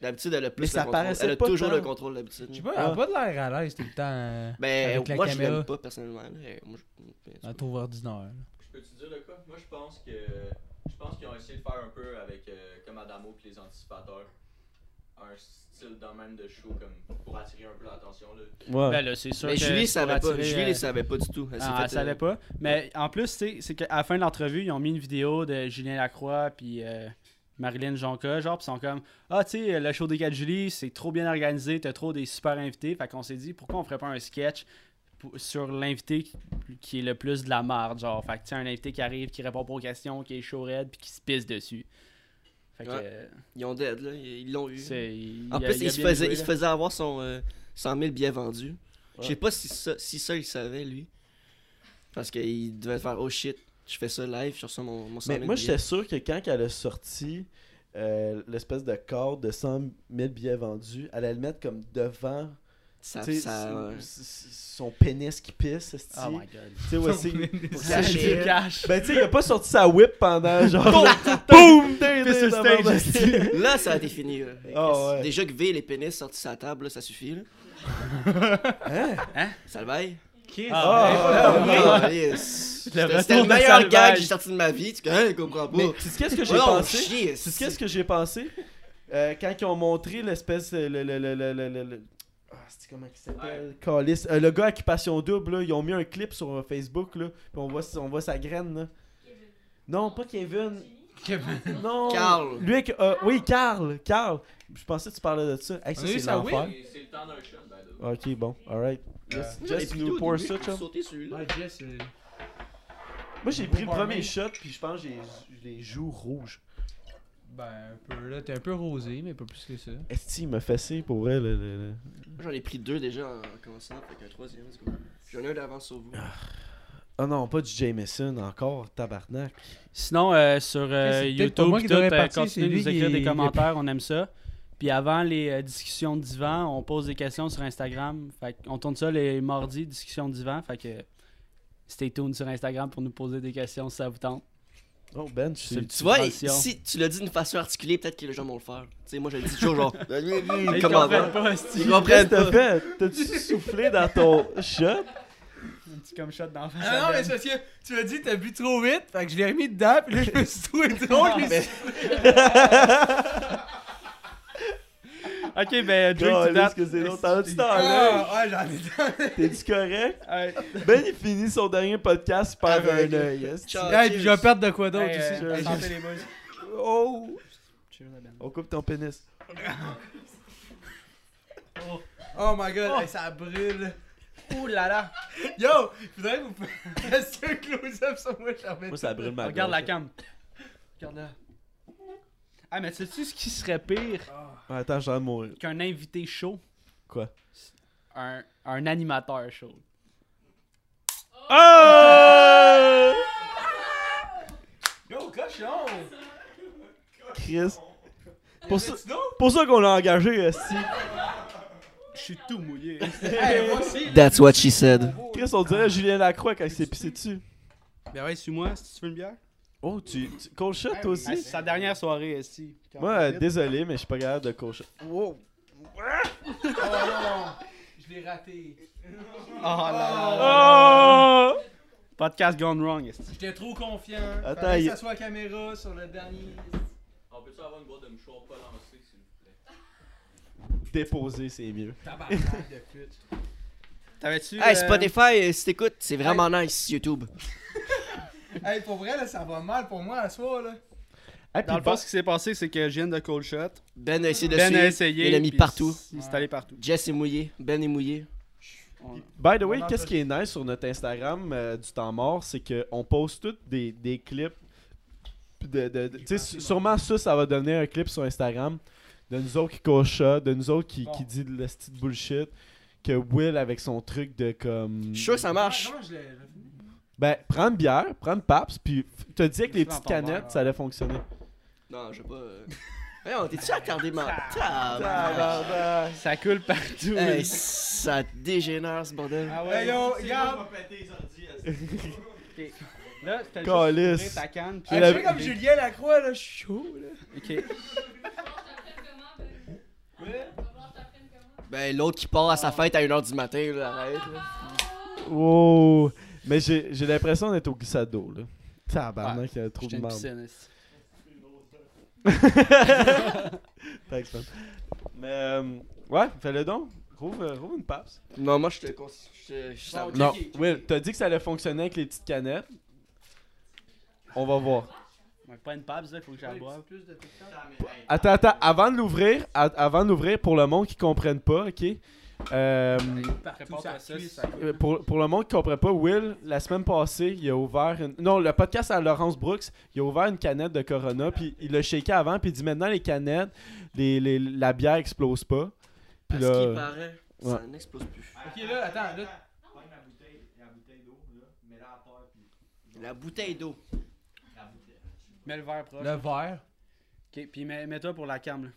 D'habitude, elle a plus Mais le ça contrôle. paraissait Elle a pas toujours tant. le contrôle d'habitude. Je sais pas, Ah. elle a pas de l'air à l'aise tout le temps. euh, Ben, avec la moi, je caméra. l'aime pas personnellement. là. Eh, Moi, je- Ah, ben, en tout Elle trouve ordinaire. Je peux-tu dire de quoi? Moi, je pense que. Je pense qu'ils ont essayé de faire un peu avec. euh, comme Adamo et les anticipateurs. Un style de même de show, comme. Pour attirer un peu l'attention, là. Ouais. Ben là, c'est sûr cas. mais que Julie, pour savait pas. attirer, Julie, euh, elle savait pas du tout. Elle s'est Ah, fait, elle savait euh, pas. Mais en plus, tu sais, c'est qu'à la fin de l'entrevue, ils ont mis une vidéo de Julien Lacroix puis euh, Marilyn Jonca, genre, puis ils sont comme Ah, tu sais, le show des 4 Julie, c'est trop bien organisé, t'as trop des super invités. Fait qu'on s'est dit, pourquoi on ferait pas un sketch pou- sur l'invité qui- qui est le plus de la marde, genre. Fait que tu sais, un invité qui arrive, qui répond pas aux questions, qui est chaud raide, puis qui se pisse dessus. Fait que Ouais. euh, Ils ont dead, là. Ils ils l'ont eu. c'est. il- En il a- plus, a il se, bien faisait, joué, il se là. faisait avoir son euh, 100 000 billets vendus. Ouais. Je sais pas si ça, si ça, il savait, lui. Parce qu'il devait faire « Oh shit, je fais ça live, je reçois mon, mon 100 Mais 000 moi, billets. j'étais sûr que quand elle a sorti euh, l'espèce de corde de 100 000 billets vendus, elle allait le mettre comme devant Ça, tu sais, ça, son, ouais. s- son pénis qui pisse. esti. Oh my god. [laughs] Tu sais, ouais, c'est- Pour Ça, cacher c'est- du cash. Ben, tu sais, il a pas sorti sa whip pendant [laughs] genre. Boum! Ding, Pisse sur ding, stage, ding, esti. ding. Là, ça a été fini. là. [laughs] Ah, ouais. Déjà que V et les pénis sortis sur la table, là, ça suffit. Là. Ça le baille? Hein? Ah, ouais. Ah, yes. C'était retour c'était le de meilleur Salvaille. gag que j'ai sorti de ma vie. Tu hein, comprends pas. Mais tu sais qu'est-ce que j'ai Oh, pensé? chier, Tu sais qu'est-ce que j'ai pensé? Euh, quand ils ont montré l'espèce. euh, Le, le, le, le, le, le- le- Ah, c'est comment il s'appelle? Callis. Euh, le gars à Occupation Double, là, ils ont mis un clip sur euh, Facebook, là, puis on voit, on voit sa graine. Là. Non, pas Kevin. Non. Carl. Lui, avec- euh, oui, Carl. Carl. Je pensais que tu parlais de ça. Hey, ça, On a eu c'est ça, oui. l'enfer. Et C'est le temps d'un shot, by the way. Ok, bon, alright. Just, Ouais, just puis nous au pour début, ça, j'ai chum. sauté sur lui, là. Jess, Moi, j'ai pris le Barman. premier shot, puis je pense que j'ai j'ai les joues rouges. ben, un peu, là, t'es un peu rosé, mais pas plus que ça. Est-ce qu'il m'a fessé pour vrai? Le, le- le- J'en ai pris deux déjà en commençant, fait qu'un troisième, let's go. J'en ai un d'avance sur vous. Ah non, pas du Jameson encore, tabarnak. Sinon, euh, sur euh, C'est peut-être pas YouTube, moi pis qui tout, devrais euh, partir, c'est continuez de lui nous qui écrire est- des il est commentaires, on aime ça. Puis avant les euh, discussions de divan, on pose des questions sur Instagram. Fait on tourne ça les mardis, discussions de divan. Fait que stay tuned sur Instagram pour nous poser des questions si ça vous tente. Oh, Ben, tu C'est le Tu vois, Transition. si tu l'as dit d'une façon articulée, peut-être que les gens vont le faire. Tu sais, moi, je le dis toujours [laughs] genre. Ils Comment comprennent avant. pas, esti. Ils Qu'est-ce comprennent que t'as pas. fait? T'as-tu soufflé dans ton shot? Un petit comme shot d'en face. Ah non, à mais Ben. c'est parce que tu l'as dit, t'as bu trop vite, fait que je l'ai remis dedans, puis là, je me suis [laughs] trouvé drôle, je l'ai Mais- Ok, ben, drink Oh, to là, that. ce que c'est l'autre. T'en as-tu dans l'œil? Ah, ouais, j'en ai T'es-tu correct? Ouais. Ben, il finit son dernier podcast par un Aveugle. œil. est-ce que- Ciao. Hey, puis je vais perdre de quoi d'autre Hey, aussi. euh, je- santé, les boys. Oh! Cheers, la Ben. On coupe ton pénis. Oh my god, hey, ça brûle. Ouh là là. Yo, faudrait que vous [laughs] fassiez un close-up sur moi, Charmette. Moi, ça brûle ma Regarde la gorge. cam. Regarde-la. Ah, mais sais-tu ce qui serait pire Ouais, Attends, j'ai envie de mourir. qu'un invité chaud Quoi? Un, un animateur chaud. Ah! Oh! Yo, cochon! Chris. Pour ça, pour ça qu'on l'a engagé, Esti. Je suis tout mouillé. hey, moi aussi! That's what she said. Chris, on dirait Julien Lacroix quand il s'est pissé dessus. ben ouais, suis-moi si tu veux une bière. Oh, tu, tu cold shot, toi Ah, c'est aussi? sa dernière soirée, Esti. Moi, euh, désolé, mais je suis pas capable de cold shot. Oh non! Je l'ai raté. Oh là là. Oh! Podcast gone wrong, Esti. J'étais trop confiant. Attends, Fallait il- que ça soit caméra sur le dernier. On peut-tu avoir une boîte de mouchoirs pas lancée, s'il vous plaît? Déposer, c'est mieux. Tabarnak de pute. T'avais-tu. Hey, euh, Spotify, euh, si t'écoutes, c'est vraiment nice, YouTube. Hey, pour vrai, là, ça va mal pour moi à soir, là. Ah, puis Dans le bon, fond, ce qui s'est passé, c'est que je viens de cold shot. Ben a essayé de Ben suivre. a essayé. Il l'a mis puis partout. Il s'est allé partout. Jess est mouillé. Ben est mouillé. by the way, On qu'est-ce qui est nice sur notre Instagram euh, du temps mort, c'est qu'on poste tous des, des clips. De, de- de- tu sais, su- sûrement ça, ça va donner un clip sur Instagram de nous autres qui coach de nous autres qui, qui dit de la petite bullshit, que Will avec son truc de comme. Je suis sûr que ça marche. Ah, Comment je l'ai. Ben, prends une bière, prends une paps, puis f- te dire que les Dans petites ton bar, hein. canettes, ça allait fonctionner. Non, je sais pas. euh. [laughs] Hey, on t'es-tu attardé, man? Ah, Ça coule partout. Hey, ça dégénère ce bordel. Ah ouais. Hey yo, regarde! [laughs] Là, c'était juste Calisse. hein. ouvrir ta canne. puis- J'ai Hey, la- Je fais Ah, comme Julien Lacroix, là, je suis chaud, là. Ok. Ben, l'autre qui part à sa fête à 1h du matin, là, arrête. là. Wow! Mais j'ai j'ai l'impression d'être au glissade d'eau, là. Tabarnak, il y a trop de J'étais une monde. piscine, esti. Thanks, man. Mais, euh, ouais, fais-le donc. Rouvre, euh, rouvre une paps. Non, moi, je te. cons- je- je- ça- Non, Will, t'as dit que ça allait fonctionner avec les petites canettes. On va voir. Ouais, Pas une pape, là, faut que j'aille boire. Attends, attends, avant de l'ouvrir, a- avant de l'ouvrir, pour le monde qui comprenne pas, ok? Euh, Prépare-toi ça à ça, cuit, ça Euh, pour, pour le monde qui comprend pas, Will, la semaine passée, il a ouvert une... Non, le podcast à Laurence Brooks, il a ouvert une canette de Corona, puis il l'a shaké avant, puis il dit maintenant les canettes, les, les- la bière explose pas. Puis À ce qui là... euh, paraît, ouais. ça n'explose plus. Ok, là, attends, là. Prends la bouteille, la bouteille d'eau, là, mets-la à terre, puis La bouteille d'eau. la bouteille. Mets le verre proche. Le verre. Ok, puis mets- mets-toi pour la cam, là.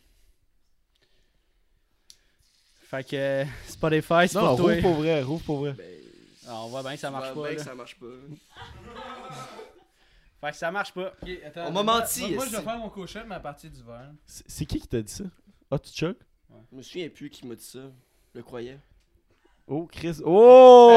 Fait que euh, Spotify, c'est Non, pour toi. rouvre pour vrai, rouvre pour vrai. Ben, Ah, on voit bien que ça tu marche vois pas. bien que là. ça marche pas. Fait que ça marche pas. Ok, attends. On m'a Ah, moi- menti, Moi, moi, je vais esti. faire mon cochon, mais à partir du [laughs] verre. C'est c'est qui qui t'a dit ça? Ah, tu choques? Je me souviens plus qui m'a dit ça. Je le croyais. Oh, Chris... Oh!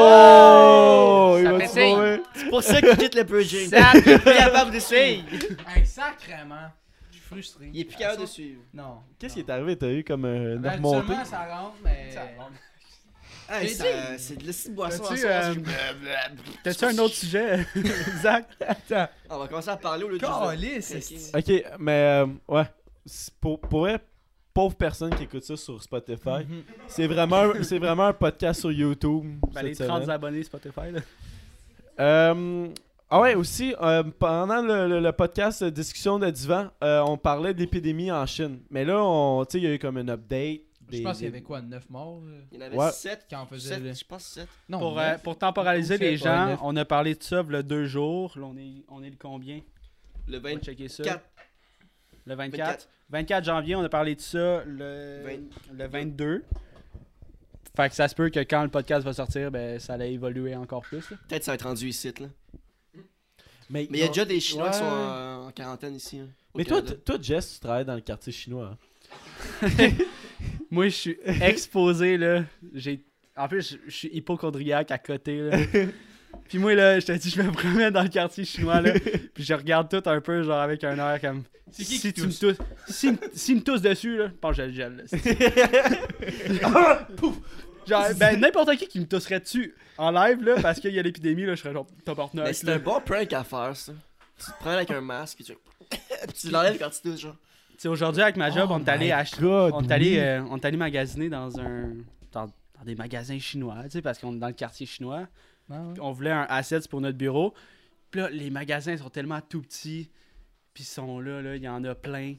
Hey! Il Ça va fait te signe. sauver. C'est pour ça qu'il quitte le bridging. Ça Il est plus capable de suivre. Hey, sacrément. Je suis frustré. Ah, Il est plus capable de suivre. Non. Qu'est-ce qui non. est arrivé? T'as eu comme un Ben, remontée? habituellement, ça rentre, mais. Hey, J'ai Ah, ça- c'est de la petite boisson. à T'as-tu, soir, euh, je- Blablabla. T'as-tu un autre sujet, Zach? On va commencer à parler au lieu de juste de- Calice, Ok. esti. Ok, mais euh, ouais. C'est Pour, pour vrai, pauvre personne qui écoute ça sur Spotify, c'est vraiment, c'est vraiment un podcast sur YouTube. Ben, cette les 30 semaine. abonnés Spotify, là. Euh, ah ouais, aussi, euh, pendant le, le- le podcast euh, Discussion de Divan, euh, on parlait de l'épidémie en Chine. Mais là, on- tu sais, il y a eu comme une update. Je des- pense qu'il y des- avait quoi, 9 morts euh, Il y en avait Ouais. 7. quand on faisait le. je pense 7. Non, Pour, euh, neuf. pour temporaliser les Ouais, gens, neuf. on a parlé de ça le deux jours. Là, on est, on est le combien? Le On va 24. checker ça. Le 24. 24 janvier, on a parlé de ça le, le 22. Fait que ça se peut que quand le podcast va sortir, ben, ça allait évoluer encore plus. là. Peut-être ça va être rendu ici, là. Mais il y a non. déjà des Chinois qui sont Ouais. en, en quarantaine ici. hein, au Mais toi, Canada. t- toi, Jess, tu travailles dans le quartier chinois. hein. Moi, je [laughs] suis exposé, là. J'ai... En plus, je- je suis hypochondriaque à côté, là. Puis moi, là, je te dis, je me promène dans le quartier chinois, [laughs] là. Puis je regarde tout un peu, genre, avec un air comme... C'est qui si qui tu me tousses? Si, si me tousses dessus, là, je pense que je le gèle, là. [laughs] Ah! Pouf! Genre, ben, n'importe qui qui me tousserait dessus en live, là, parce qu'il y a l'épidémie, là, je serais genre top Mais partner. c'est un bon prank à faire, ça. Tu te prends avec un masque et [laughs] tu, tu l'enlèves quand tu touches, genre. Tu sais, aujourd'hui, avec ma job, Oh on est allé my acheter. God, on est allé, oui. euh, on est allé magasiner dans un. Dans, dans des magasins chinois, tu sais, parce qu'on est dans le quartier chinois. Ah ouais. Puis On voulait un asset pour notre bureau. Puis là, les magasins sont tellement tout petits. Puis ils sont là, là, il y en a plein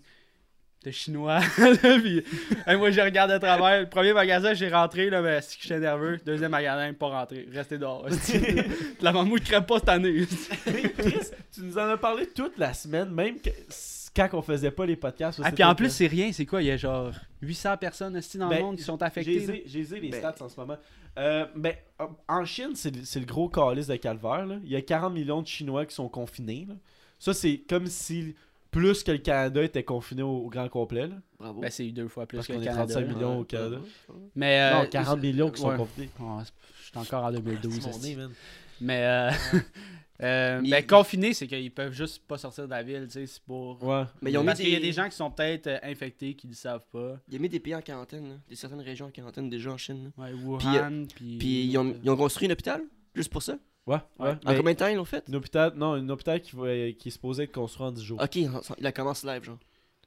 de chinois. [laughs] là, puis, hey, moi, je regarde à travers. Le premier magasin, j'ai rentré, là, mais si j'étais nerveux. Deuxième magasin, pas rentré. Resté dehors. [laughs] hostie. la maman ne crève pas cette année. [laughs] hostie. Mais Chris, tu nous en as parlé toute la semaine, même que- quand on faisait pas les podcasts. Ah, puis en plus, c'est rien, c'est quoi Il y a genre 800 personnes hostie, dans le Ben, monde qui sont J'ai affectées. là. les ai- j'ai les ai, les Ben- stats en ce moment. Euh, ben, en Chine, c'est le- c'est le gros calice de calvaire. là. Il y a 40 millions de Chinois qui sont confinés. là. Ça, c'est comme si plus que le Canada était confiné au, au grand complet. là, Bravo. Ben, c'est deux fois plus parce que qu'on le est Canada. hein. 35 là. millions au Canada. Mais, euh, non, 40 millions qui sont ouais. confinés. Oh, c'est- J'étais encore en 2012. C'est mon hostie. nez, man. Mais, euh, [laughs] euh, Il- mais confinés, c'est qu'ils peuvent juste pas sortir de la ville, tu sais, c'est pour... Ouais. Mais ils ont mis Parce qu'il y a des- des gens qui sont peut-être euh, infectés, qui ne le savent pas. Il a mis des pays en quarantaine, là. des certaines régions en quarantaine déjà en Chine. là. Ouais, Puis, Wuhan, puis... Puis ils ont, ils ont construit un hôpital, juste pour ça. Ouais, ouais. En Mais combien de temps ils l'ont fait un hôpital, non, un hôpital qui, va- qui est supposé être construit en 10 Oh. jours. Ok, il a commencé live, genre.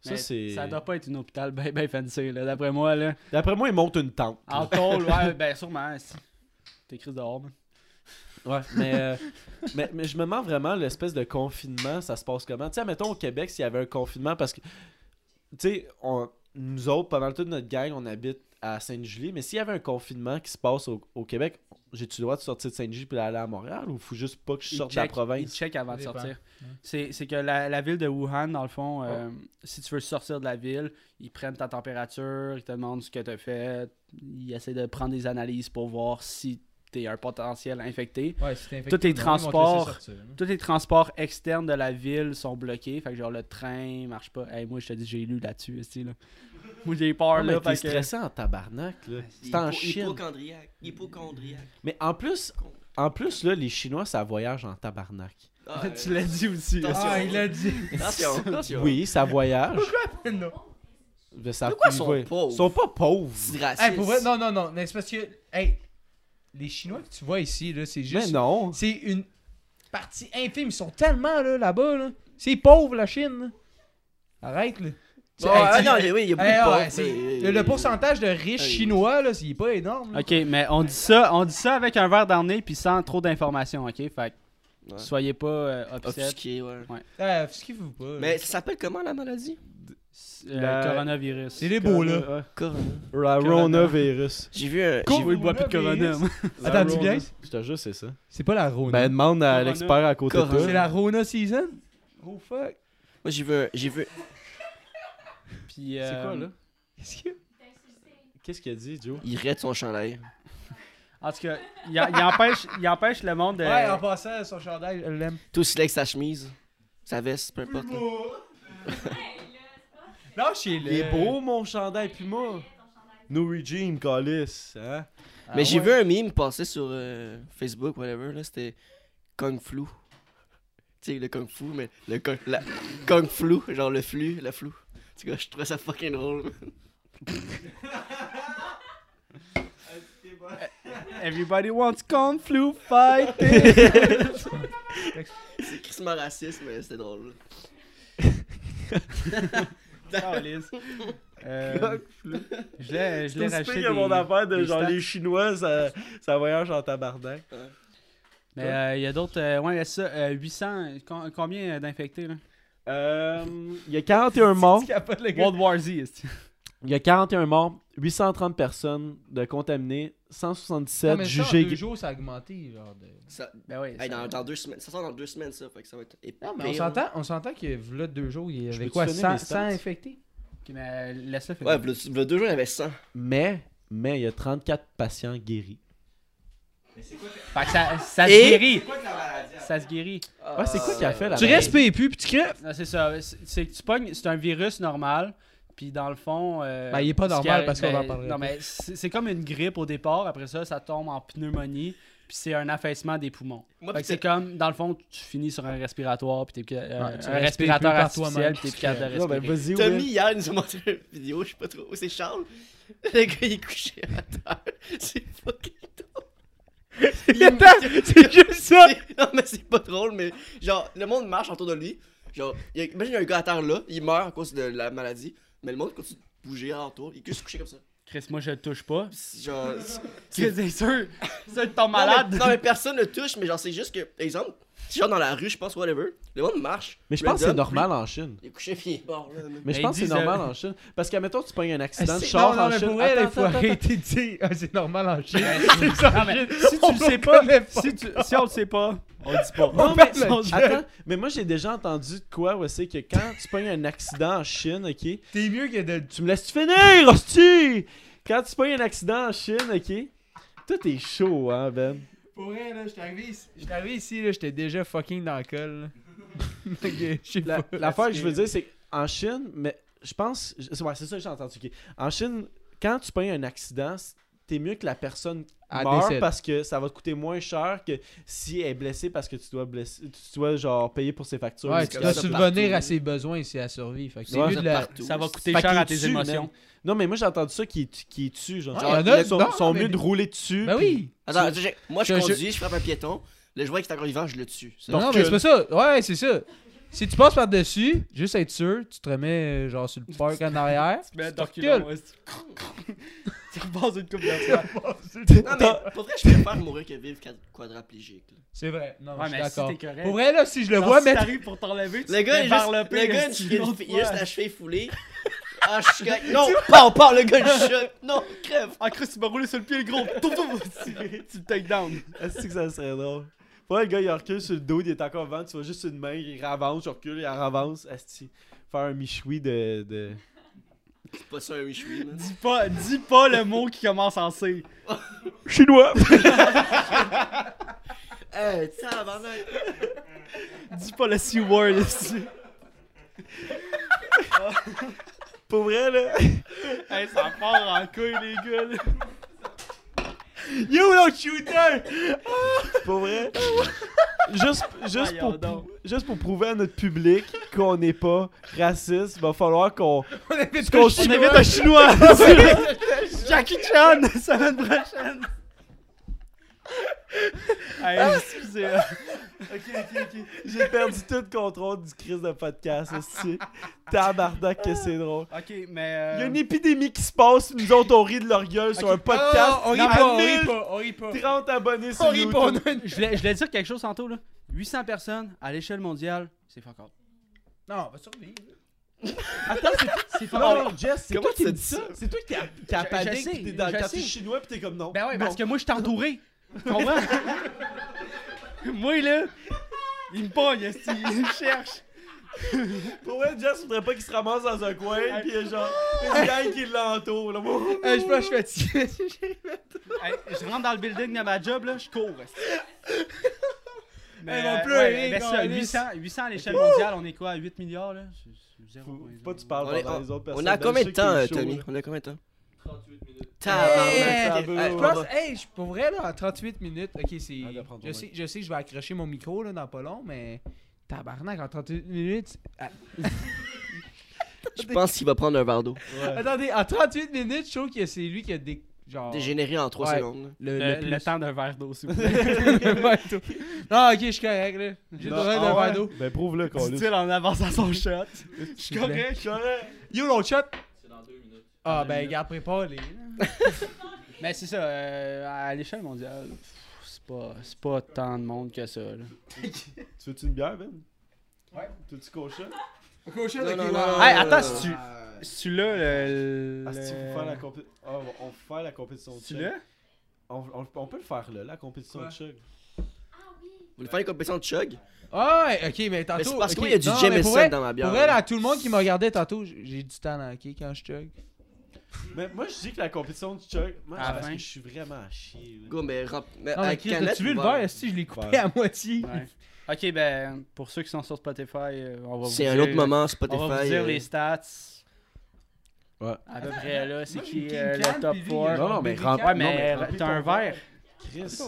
ça, c'est. Ça doit pas être un hôpital ben, ben fancy, là, d'après moi, là. D'après moi, ils montent une tente. [laughs] En tôle, ouais, ben sûrement, si. T'es crise dehors, man. Ouais, mais, euh, mais, mais je me demande vraiment l'espèce de confinement, ça se passe comment? Tu sais, mettons au Québec, s'il y avait un confinement, parce que, tu sais, on- nous autres, pendant toute notre gang, on habite à Sainte-Julie, mais s'il y avait un confinement qui se passe au, au Québec, j'ai-tu le droit de sortir de Sainte-Julie puis d'aller à Montréal ou faut juste pas que je Ils sorte de la checkent- Ils province? checkent avant Ça de dépend. sortir. Ouais. C'est c'est que la, la ville de Wuhan, dans le fond, euh, si tu veux sortir de la ville, ils prennent ta température, ils te demandent ce que tu as fait, ils essaient de prendre des analyses pour voir si tu es un potentiel infecté. Ouais, si t'es infecté, Tous tes non, ils vont te laisser transports. sortir, là. Tous les transports externes de la ville sont bloqués, fait que genre le train marche pas. Hey, moi je te dis, j'ai lu là-dessus, esti, là. Moi j'ai peur là, Ah, mais t'es fait que- stressé en tabarnak, là. C'est en Chine. Hypochondriaque. Hypochondriaque. Mais en plus, en plus, là, les Chinois, ça voyage en tabarnak. Ah, [laughs] Tu l'as dit aussi. là. Ah, il a dit. [laughs] Attention, attention. Oui, ça voyage. non. Mais ça- Pourquoi ils sont voy- pauvres? Ils sont pas pauvres. C'est raciste. Hey, pour vrai, non, non, non. Mais c'est parce que. Hey, les Chinois que tu vois ici, là, c'est Mais juste. non. C'est une partie infime. Ils sont tellement là, là-bas, là. C'est pauvre, la Chine. là. Arrête, là. C'est- Bon, hey, ah, tu- non, oui, il y a beaucoup hey, de ah, pauvres, ouais, c'est- mais- le, le pourcentage de riches Hey. chinois, là, c'est pas énorme. là. Ok, mais on dit ça, on dit ça avec un verre dans le nez puis sans trop d'informations, ok? Fait que Ouais. soyez pas euh, upset. Offusqué, ouais. Ah, offusquez-vous pas. là. Mais ça s'appelle comment la maladie Le La- Euh, coronavirus. C'est les beaux, là. Ouais. Corona. La Ronavirus. J'ai vu un. J'ai vu le bois plus de corona. moi. Attends, dis bien. Je te jure, c'est ça. C'est pas la Rona. Ben, demande à Corona. l'expert à côté Corona. c'est de toi. la Rona season? Oh fuck. Moi, j'ai vu un. J'ai vu. Puis, C'est euh, quoi, là? Qu'est-ce que. Qu'est-ce qu'il a dit, Joe? Il raide son chandail. En tout cas, il, en- il empêche, il empêche le Ben, monde de. Ouais, en passant, son chandail, je l'aime. Tout aussi laid que sa chemise, sa veste, peu importe. là. Lâchez-le. Il est beau, mon chandail Puma. No regime, Calis. Hein? Ah Mais j'ai ouais. vu un meme passer sur euh, Facebook, whatever, là, c'était Kung Flu. [laughs] Tu sais, le Kung Fu, mais le Kung, la- Kung Flu, genre le flux, la flou. Tu vois, je trouvais ça fucking drôle. [laughs] Everybody wants Kung [laughs] Flu Fight. C'est crissement raciste, mais c'était drôle. Calisse. Euh, je l'ai, je l'ai Tout racheté. y a mon des- affaire de des genre stats. les Chinois, ça, ça voyage en tabarnak. Mais euh, il y a d'autres. euh, ouais, il y a ça. euh, 800. com- combien euh, d'infectés là Euh, il y a [laughs] 41 morts. Tu capotes, le gars. World War Z. est-ce que- Il y a 41 morts, 830 personnes de contaminées, Non, 177 mais ça, en jugés. deux jours, ça a augmenté, genre de... Ça, Ben ouais. ça- hey, dans, dans deux semaines, ça sort dans deux semaines, ça, fait que ça va être épais. Non, Ah, mais on s'entend, on s'entend que là, deux jours, il y avait peux-tu quoi, donner les 100, stats? 100 infectés? Ok, mais laisse-le finir. Ouais, le, le deux jours, il y avait 100. Mais, mais il y a 34 patients guéris. Fait que ça, ça Et- se guérit. quoi que la maladie? ça se guérit. Ah, Ouais, c'est quoi qui a fait là Tu respires plus, puis tu crèves. Non, Ah, c'est ça. C'est c'est que tu pognes, c'est un virus normal. Puis dans le fond. euh, Ben, il est pas ce qui normal arrive- parce qu'on ben, en parlera Non, pas. mais c'est c'est comme une grippe au départ. Après ça, ça tombe en pneumonie. Puis c'est un affaissement des poumons. Moi, Fait que pis c'est comme, dans le fond, tu finis sur un respiratoire. Puis t'es plus- euh, tu un respires respirateur plus par artificiel. toi-même. Puis t'es plus capable de Non, ben respirer. vas-y, Will. Tommy, hier, il nous a montré une vidéo, je sais pas trop où, c'est Charles. [laughs] Le gars, il est couché à terre. C'est fucking drôle. Il C'est juste ça. [laughs] Non, mais c'est pas drôle, mais genre, le monde marche autour de lui. Genre, il y a- imagine, il y a un gars à terre là, il meurt à cause de la maladie, mais le monde continue de bouger autour, il est juste couché comme ça. Chris, moi, je le touche pas. C'est Genre, c'est- C'est c'est [laughs] sûr. C'est sûr que t'es Non, mais, malade. non, mais personne ne touche, mais genre, c'est juste que, exemple, si genre dans la rue, je pense, whatever, le monde marche. Mais je le pense que c'est dump, normal en Chine. Il est couché, puis il est mort là. Ben, Mais je Mais pense ils que c'est disent, normal euh, en Chine. Parce qu'à mettons, tu pognes un accident de Ah, Non, char non, en mais Chine. pour elle, il Attends, faut attends, arrêter de dire Ah, c'est normal en Chine. C'est ça. Non, mais si tu le sais pas, si, tu, si on le sait pas, on le dit pas. Non, On mais, perd notre attends, attends, mais moi j'ai déjà entendu de quoi, ouais, c'est que quand tu pognes un accident en Chine, ok, T'es mieux que de. tu me laisses finir, hostie! Quand tu pognes un accident en Chine, ok, toi t'es chaud, hein, Ben? Pour vrai, là, j'étais arrivé ici. J'étais arrivé ici, là, j'étais déjà fucking dans [laughs] le col. là. Fait que, je sais La- [laughs] pas. L'affaire que je veux dire, c'est qu'en Chine, mais je pense, je- c'est ouais, c'est ça que j'ai entendu, ok. En Chine, quand tu pognes un accident, c- t'es mieux que la personne Elle meure décède. parce que ça va te coûter moins cher que si elle est blessée parce que tu dois blesser, tu dois genre payer pour ses factures. Ouais, C'est tu comme dois ça. subvenir partout. à ses besoins si elle survit. Fait que c'est Ouais. mieux de la. Ça va coûter Fait cher qu'il à tes tue, émotions. man. Non, mais moi j'ai entendu ça qui, qui tue. Genre, Ouais, genre, il y en a- ils sont, non, sont mais- mieux de rouler dessus. Ben puis- oui! Attends, attends, j'ai- moi je Je- je- conduis, je... frappe un piéton, le joueur qui est encore vivant, je le tue. Ça, Non, mais c'est pas ça. Ouais, c'est ça. Si tu passes par-dessus, juste être sûr, tu te remets euh, genre sur le parc en arrière. Mais te reculant, Ben, recules. euh, ouais, c'est- [laughs] Tu repasses une coupe de fois. Non, mais pour vrai, je préfère mourir que vivre quad- quadraplégique. là. C'est vrai. Non, Ouais, je suis mais si d'accord. t'es correct. Pour vrai, là, si je le Genre, vois si mettre. t'arrives pour t'enlever, tu Le gars, te il fais juste, varloper, le gars, est-ce il, que tu il- il a juste l'autre la cheville foulée. Ah, je suis correct. Non, pas, pas, le gars, je [laughs] choque. Non, crève. fois? Ah, Chris, tu m'as roulé sur le pied, le [laughs] gros. Toum, toum, tu tu le take down. [laughs] Est-ce que ça serait drôle? Ouais, le gars, il recule sur le dos, il est encore vent, tu vois juste une main, il ravance, il recule, il ravance. Asti, faire un michoui de. de... C'est pas ça un Michoui, man. Dis pas, dis pas le mot qui commence en C. Chinois! Eh, tiens, bordel. Dis pas le C-word ici. Pour vrai, là. Hey, ça part en couille, les gars. là. Yo, l'autre shooter! [laughs] pour vrai. Juste, juste, Voyons pour, donc. juste pour prouver à notre public qu'on n'est pas raciste, va falloir qu'on. [laughs] On invite qu'on On suive- invite un chinois. [laughs] [laughs] Jackie [laughs] Chan, semaine prochaine. Hey, excusez. euh, J'ai perdu tout le contrôle du crise de podcast, [laughs] esti. Tabarnak, que c'est drôle. Ok, mais. euh, Il y a une épidémie qui se passe, nous autres on rit de leur gueule sur un podcast. on rit à pas, on 1000, rit pas, on rit Oh! pas. 30 abonnés sur [laughs] On rit YouTube. pas, on a une- Je voulais, je voulais dire quelque chose tantôt, là. 800 personnes à l'échelle mondiale, c'est fuck all. Non, on va survivre. Attends, c'est- c'est Non, pas Jess, c'est Comment toi qui tu me dis dis ça. ça? C'est toi qui a, qui a Je- je paniqué, sais, puis t'es dans le je quartier sais. chinois, pis t'es comme non. Ben ouais, non. parce que moi, je suis entouré. [laughs] Tu comprends? [laughs] moi, là, il me pogne, esti, il me cherche. Pour vrai, Jess voudrait pas qu'il se ramasse dans un coin, pis euh, [laughs] genre, une gang qui l'entoure, là. je pense que je suis fatigué. Hey, je rentre dans le building de ma job, là, je cours, esti. [laughs] Hey, mon euh, pleu, ouais, hey, mais ça, Carlis. 800, 800 à l'échelle mondiale, on est quoi? à 8 milliards, là? C'est- c'est zéro Faut point zéro. pas que tu parles On est- pendant les autres personnes. On a Ben, combien je de sais qu'il temps, est euh, chaud, Tommy là. On a combien de temps 38 minutes. Hey, Tabarnak. ça Eh, veut, on Je va- pense, hey, je- pour vrai, là, en 38 minutes, ok, c'est. Ah, de prendre ton Je sais, je sais que je vais accrocher mon micro, là, dans pas long, mais. Tabarnak, en 38 minutes. Ah, Je pense qu'il va prendre un verre d'eau. Ouais. Attendez, en 38 minutes, je trouve que c'est lui qui a des. Genre. [laughs] Dégénéré en 3 Ouais. secondes. là. Le, Le, le plus. le temps d'un verre d'eau, s'il vous plaît. Ouais, tout. non, ok, je suis correct, là. J'ai Non, besoin ah d'un ouais? verre d'eau. Ben prouve-le qu'on l'a. Dit-il en avance à son shot. Je suis correct, je suis correct. Yo, l'autre shot. C'est dans 2 minutes. Ah, ben, garde, prépare-les. là. Mais c'est ça, euh, à l'échelle mondiale, pff, c'est pas, c'est pas tant de monde que ça. Là. Tu veux-tu une bière, Ben? Ouais. Tu veux-tu cocher? Cochon, Non, ok, non, ouais. non, non, Hey, non, attends, non, si non. tu. Si tu l'as, le. Ah, si, le- faut faire la compétition. Ah, on va- on va faire la compétition de Si tu chug. l'as? On, on- on peut le faire là, la compétition de chug. Ah oui! Vous voulez faire les compétitions de chug Ah, ouais, ok, mais tantôt. Mais c'est parce ok, que moi, il y a du non, mais pour Jameson vrai- dans ma bière. Pour vrai, là, tout le monde qui me regardait tantôt, j- j'ai du talent, ok, quand je chug. Mais moi, je dis que la compétition de chug, moi, À c'est la parce fin. que je suis vraiment à chier. là. Go, mais rem- mais Non, mais avec Chris, canette as-tu vu ou le verre? verre? Si, je l'ai coupé Verre. à moitié. Ouais. Ok, ben, pour ceux qui sont sur Spotify, euh, on va vous C'est un dire- autre moment, On va vous Spotify. dire euh, les stats. Ouais. À peu près là, c'est Moi, j'ai qui une King euh, Can, le top puis lui, 4. il a- Non, non, mais Bébé rem- Cat. Ouais, non, mais mais remplis t'as un ton verre. verre. Chris.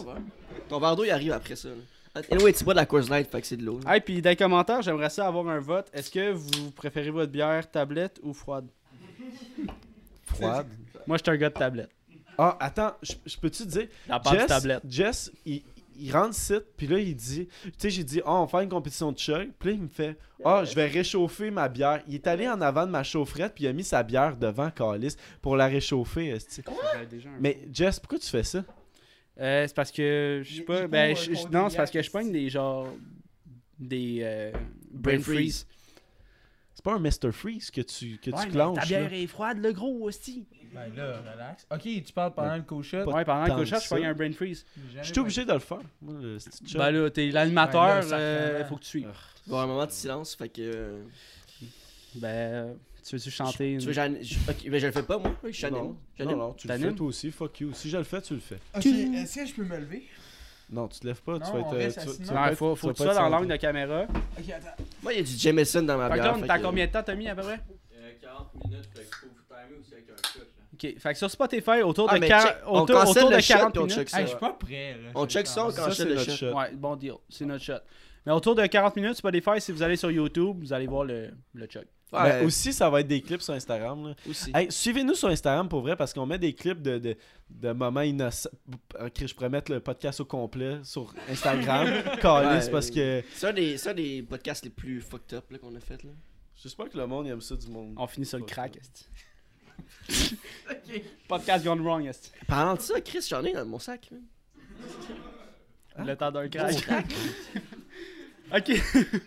Ton verre d'eau, il arrive après ça. Là. Anyway, tu bois de la course light, fait que c'est de l'eau. là. Mm. Hey, puis dans les commentaires, j'aimerais ça avoir un vote. Est-ce que vous préférez votre bière tablette ou froide Froide. Moi, je suis un gars de tablette. Ah, attends, je je peux-tu te dire, La part de Jess, tablette. Jess, il, il rentre site, puis là, il dit, tu sais, j'ai dit, ah, on fait une compétition de choc. Puis là, il me fait, ah, je vais réchauffer ma bière. Il est allé en avant de ma chaufferette, puis il a mis sa bière devant Calis pour la réchauffer. esti. Mais Jess, pourquoi tu fais ça? Ben, Euh, c'est parce que je Il- sais il pas. pond Ben, un je- je- contenu non, c'est parce que je direct. pogne des genre. Des. euh, brain Brain freeze. freeze. C'est pas un Mr. Freeze que tu, que Ouais, tu mais clenches. là. est froide, le gros aussi. Ben là, relax. Ok, tu parles pendant le co-shot. Ouais, pendant tant le que chat, je ça. pogne un brain freeze. Je suis obligé de le faire. Moi, euh, le petit choc. Ben là, t'es l'animateur, Ben là, euh, sacrément. faut que tu suives. Il va y avoir un moment de silence, fait que. euh, Ben, tu veux-tu chanter Tu une- veux, j'an- je- ok, mais je le fais pas, moi. Je suis non, anime. non, non, tu le T'animes? fais toi aussi, fuck you. Si je le fais, tu le fais. Ok, est-ce que je peux me lever Non, tu te lèves pas, tu Non, vas on être. euh, reste tu vas- assis, tu non? vas Ouais, être- faut, tu faut vas que tu pas sois être dans centré. l'angle de la caméra. Ok, attends. Moi, il y a du Jameson dans ma Fait que bière. là, on Ah, fait est à que- combien de temps, Tommy, à peu près Euh, 40 minutes, fait qu'il faut vous timer aussi avec un shot. Là. Ok, fait que sur Spotify, autour Ah, de, mais quar- check, on autour, cancelle autour de le shot, 40 puis on minutes. check ça. Hey, je suis pas prêt là. On check ça, on Ça, cancelle c'est le notre shot. shot. Ouais, bon deal, c'est notre shot. Mais autour de 40 minutes, Spotify, si vous allez sur YouTube, vous allez voir le, le chug. Ouais, Mais aussi, ça va être des clips sur Instagram. là. aussi. Hey, Suivez-nous sur Instagram pour vrai parce qu'on met des clips de, de, de moments innocents. Ok, je pourrais mettre le podcast au complet sur Instagram. [laughs] Calice Ouais. parce que C'est un, des- c'est un des podcasts les plus fucked up là, qu'on a fait. Là. j'espère que le monde aime ça du monde. On finit sur le crack, Ouais. est [laughs] Podcast gone wrong, est Parlant de ça, Chris, j'en ai dans mon sac. man. Hein? Le temps d'un crack. [laughs] ok.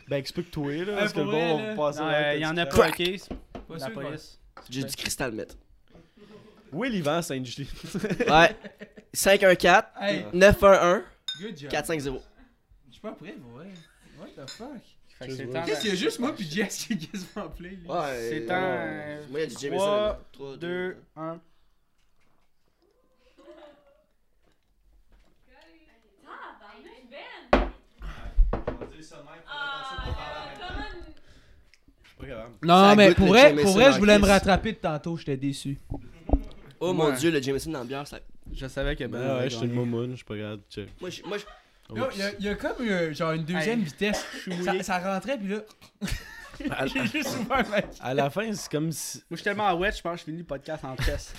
Ben explique-toi là. Ouais, parce que le pour bon, vrai, on va là. passer Non, à la euh, Il y en a tête. pas, ok. c'est Pas La sûr, police. hein. J'ai du cristal mètre. Oui, l'hiver, Saint-Julie. Ouais. 5-1-4, ouais. Hey, 9-1-1, good job. 4-5-0. Je suis pas prêt, pour vrai. What the fuck Fait que c'est Just temps. Qu'est-ce qu'il y a juste moi puis Jess qui est quasiment play là Ouais. C'est euh, un, Moi, il y a du trois, Jameson. là-dedans. Trois, 2, 1. Ah, ben, je suis belle. Ça Non, mais goûte pour le vrai, Jameson pour vrai, je en voulais me crise. rattraper de tantôt, j'étais déçu. Oh mon Ouais. dieu, le Jameson dans la bière, ça. Je savais que Ben Ben. ouais, avait je suis une gagné. moumoune, je suis pas grave. Check. Moi, je. Moi, je... Oh, Il y, a- y a comme eu, genre une deuxième Hey. vitesse. Ça, ça rentrait, puis là. [laughs] J'ai juste ouvert ma À la fin, c'est comme si. Moi, je suis tellement wet, je pense que je finis le podcast en [laughs] tresse.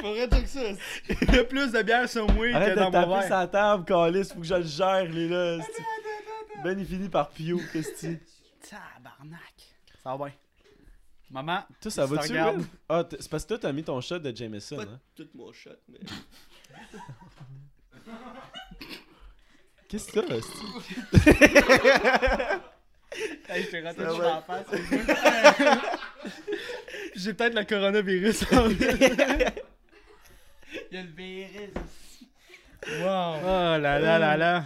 Faudrait check ça. Il y a plus de bière sur moi Arrête que dans de mon taper verre. sa table, Calis, faut que je le gère, les là. esti. Ben, il finit par Pio, Christy. Tabarnak. Ça va bien. Maman, Toi, ça Si tu va-tu, regardes. Will? Ah, t- c'est parce que toi, t'as mis ton shot de Jameson, Pas hein? tout mon shot, [laughs] mais. Qu'est-ce que t'as, esti? Hey, je t'ai raté sur la face. J'ai peut-être le coronavirus [laughs] en Il y a le virus. Wow. Oh là là là là.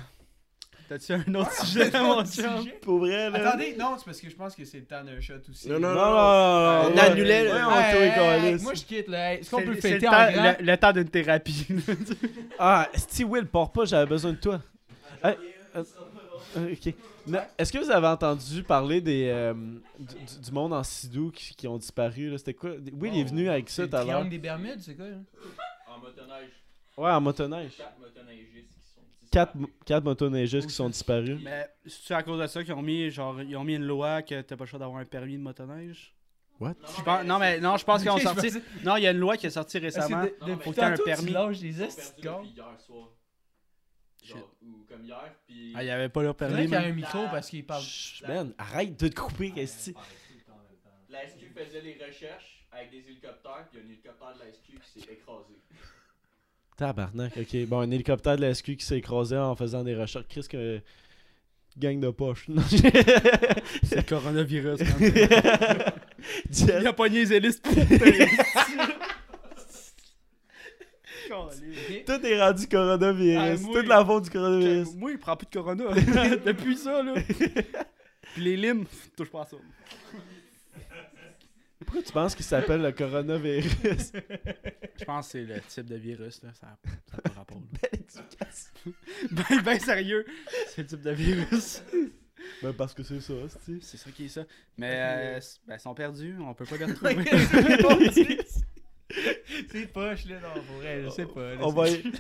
T'as-tu un autre sujet, mon chum? Pour vrai, là? Attendez, non, c'est parce que je pense que c'est le temps d'un shot aussi. Non, non, Non, non. non, non, On ouais. annulait, là. Voyons, Hey, toi, hey, hey, Calis. moi je quitte là. Hey, Est-ce C'est qu'on le- peut c'est le fêter en temps- grand? le- le temps d'une thérapie. [laughs] Ah, esti, Will, pars pas, j'avais besoin de toi. Hey, euh, euh, ok. Non, Est-ce que vous avez entendu parler des, euh, du, du- du monde en Sidou qui, qui ont disparu, là? C'était quoi? Will, il est venu avec C'est ça le tout à l'heure. triangle des Bermudes, c'est quoi hein? En motoneige, Ouais, en motoneige. 4 motoneigistes qui sont ici. Quatre, mo- quatre motoneigistes qui sont disparus. Mais c'est à cause de ça qu'ils ont mis genre ils ont mis une loi que t'as pas le choix d'avoir un permis de motoneige. What? Je pense- non mais non, [laughs] je pense qu'ils ont Ok, je sorti. pensais- Non, il y a une loi qui est sortie récemment. Ah, c'est de- Non, de- mais- tantôt, Faut que t'aies un tu permis. lâches des Ils ont estis perdu de cons. depuis hier soir. Shit. Genre, ou comme hier, puis. Ah, il y avait pas leur C'est permis. vrai qu'il y a mais- un micro parce qu'il parle. Chut, man, arrête de te couper, esti. La SQ faisait les recherches avec des hélicoptères, puis il y a un hélicoptère de la SQ qui s'est écrasé. Tabarnak, ok. Bon, un hélicoptère de la SQ qui s'est écrasé en faisant des recherches. Chris, que. Gang de poche. [laughs] Non, j'ai- C'est le [laughs] coronavirus. man. Jess- il a pogné les [laughs] hélices. Ok. Tout est rendu coronavirus. Ah, moi, Toute la faute du coronavirus. Moi, il prend plus de [laughs] corona. [laughs] Depuis ça là. Puis les limes, touche pas à ça. Pourquoi tu penses qu'il s'appelle le coronavirus? Je pense que c'est le type de virus, là. Ça n'a pas rapport. Belle explication. [laughs] ben, ben sérieux, c'est le type de virus. [laughs] ben parce que c'est ça, c'est C'est ça qui est ça. Mais euh, c- ben, ils sont perdus, on peut pas [laughs] les retrouver. c'est poche, là, non, pour vrai, je sais pas. là, On va c'est- y-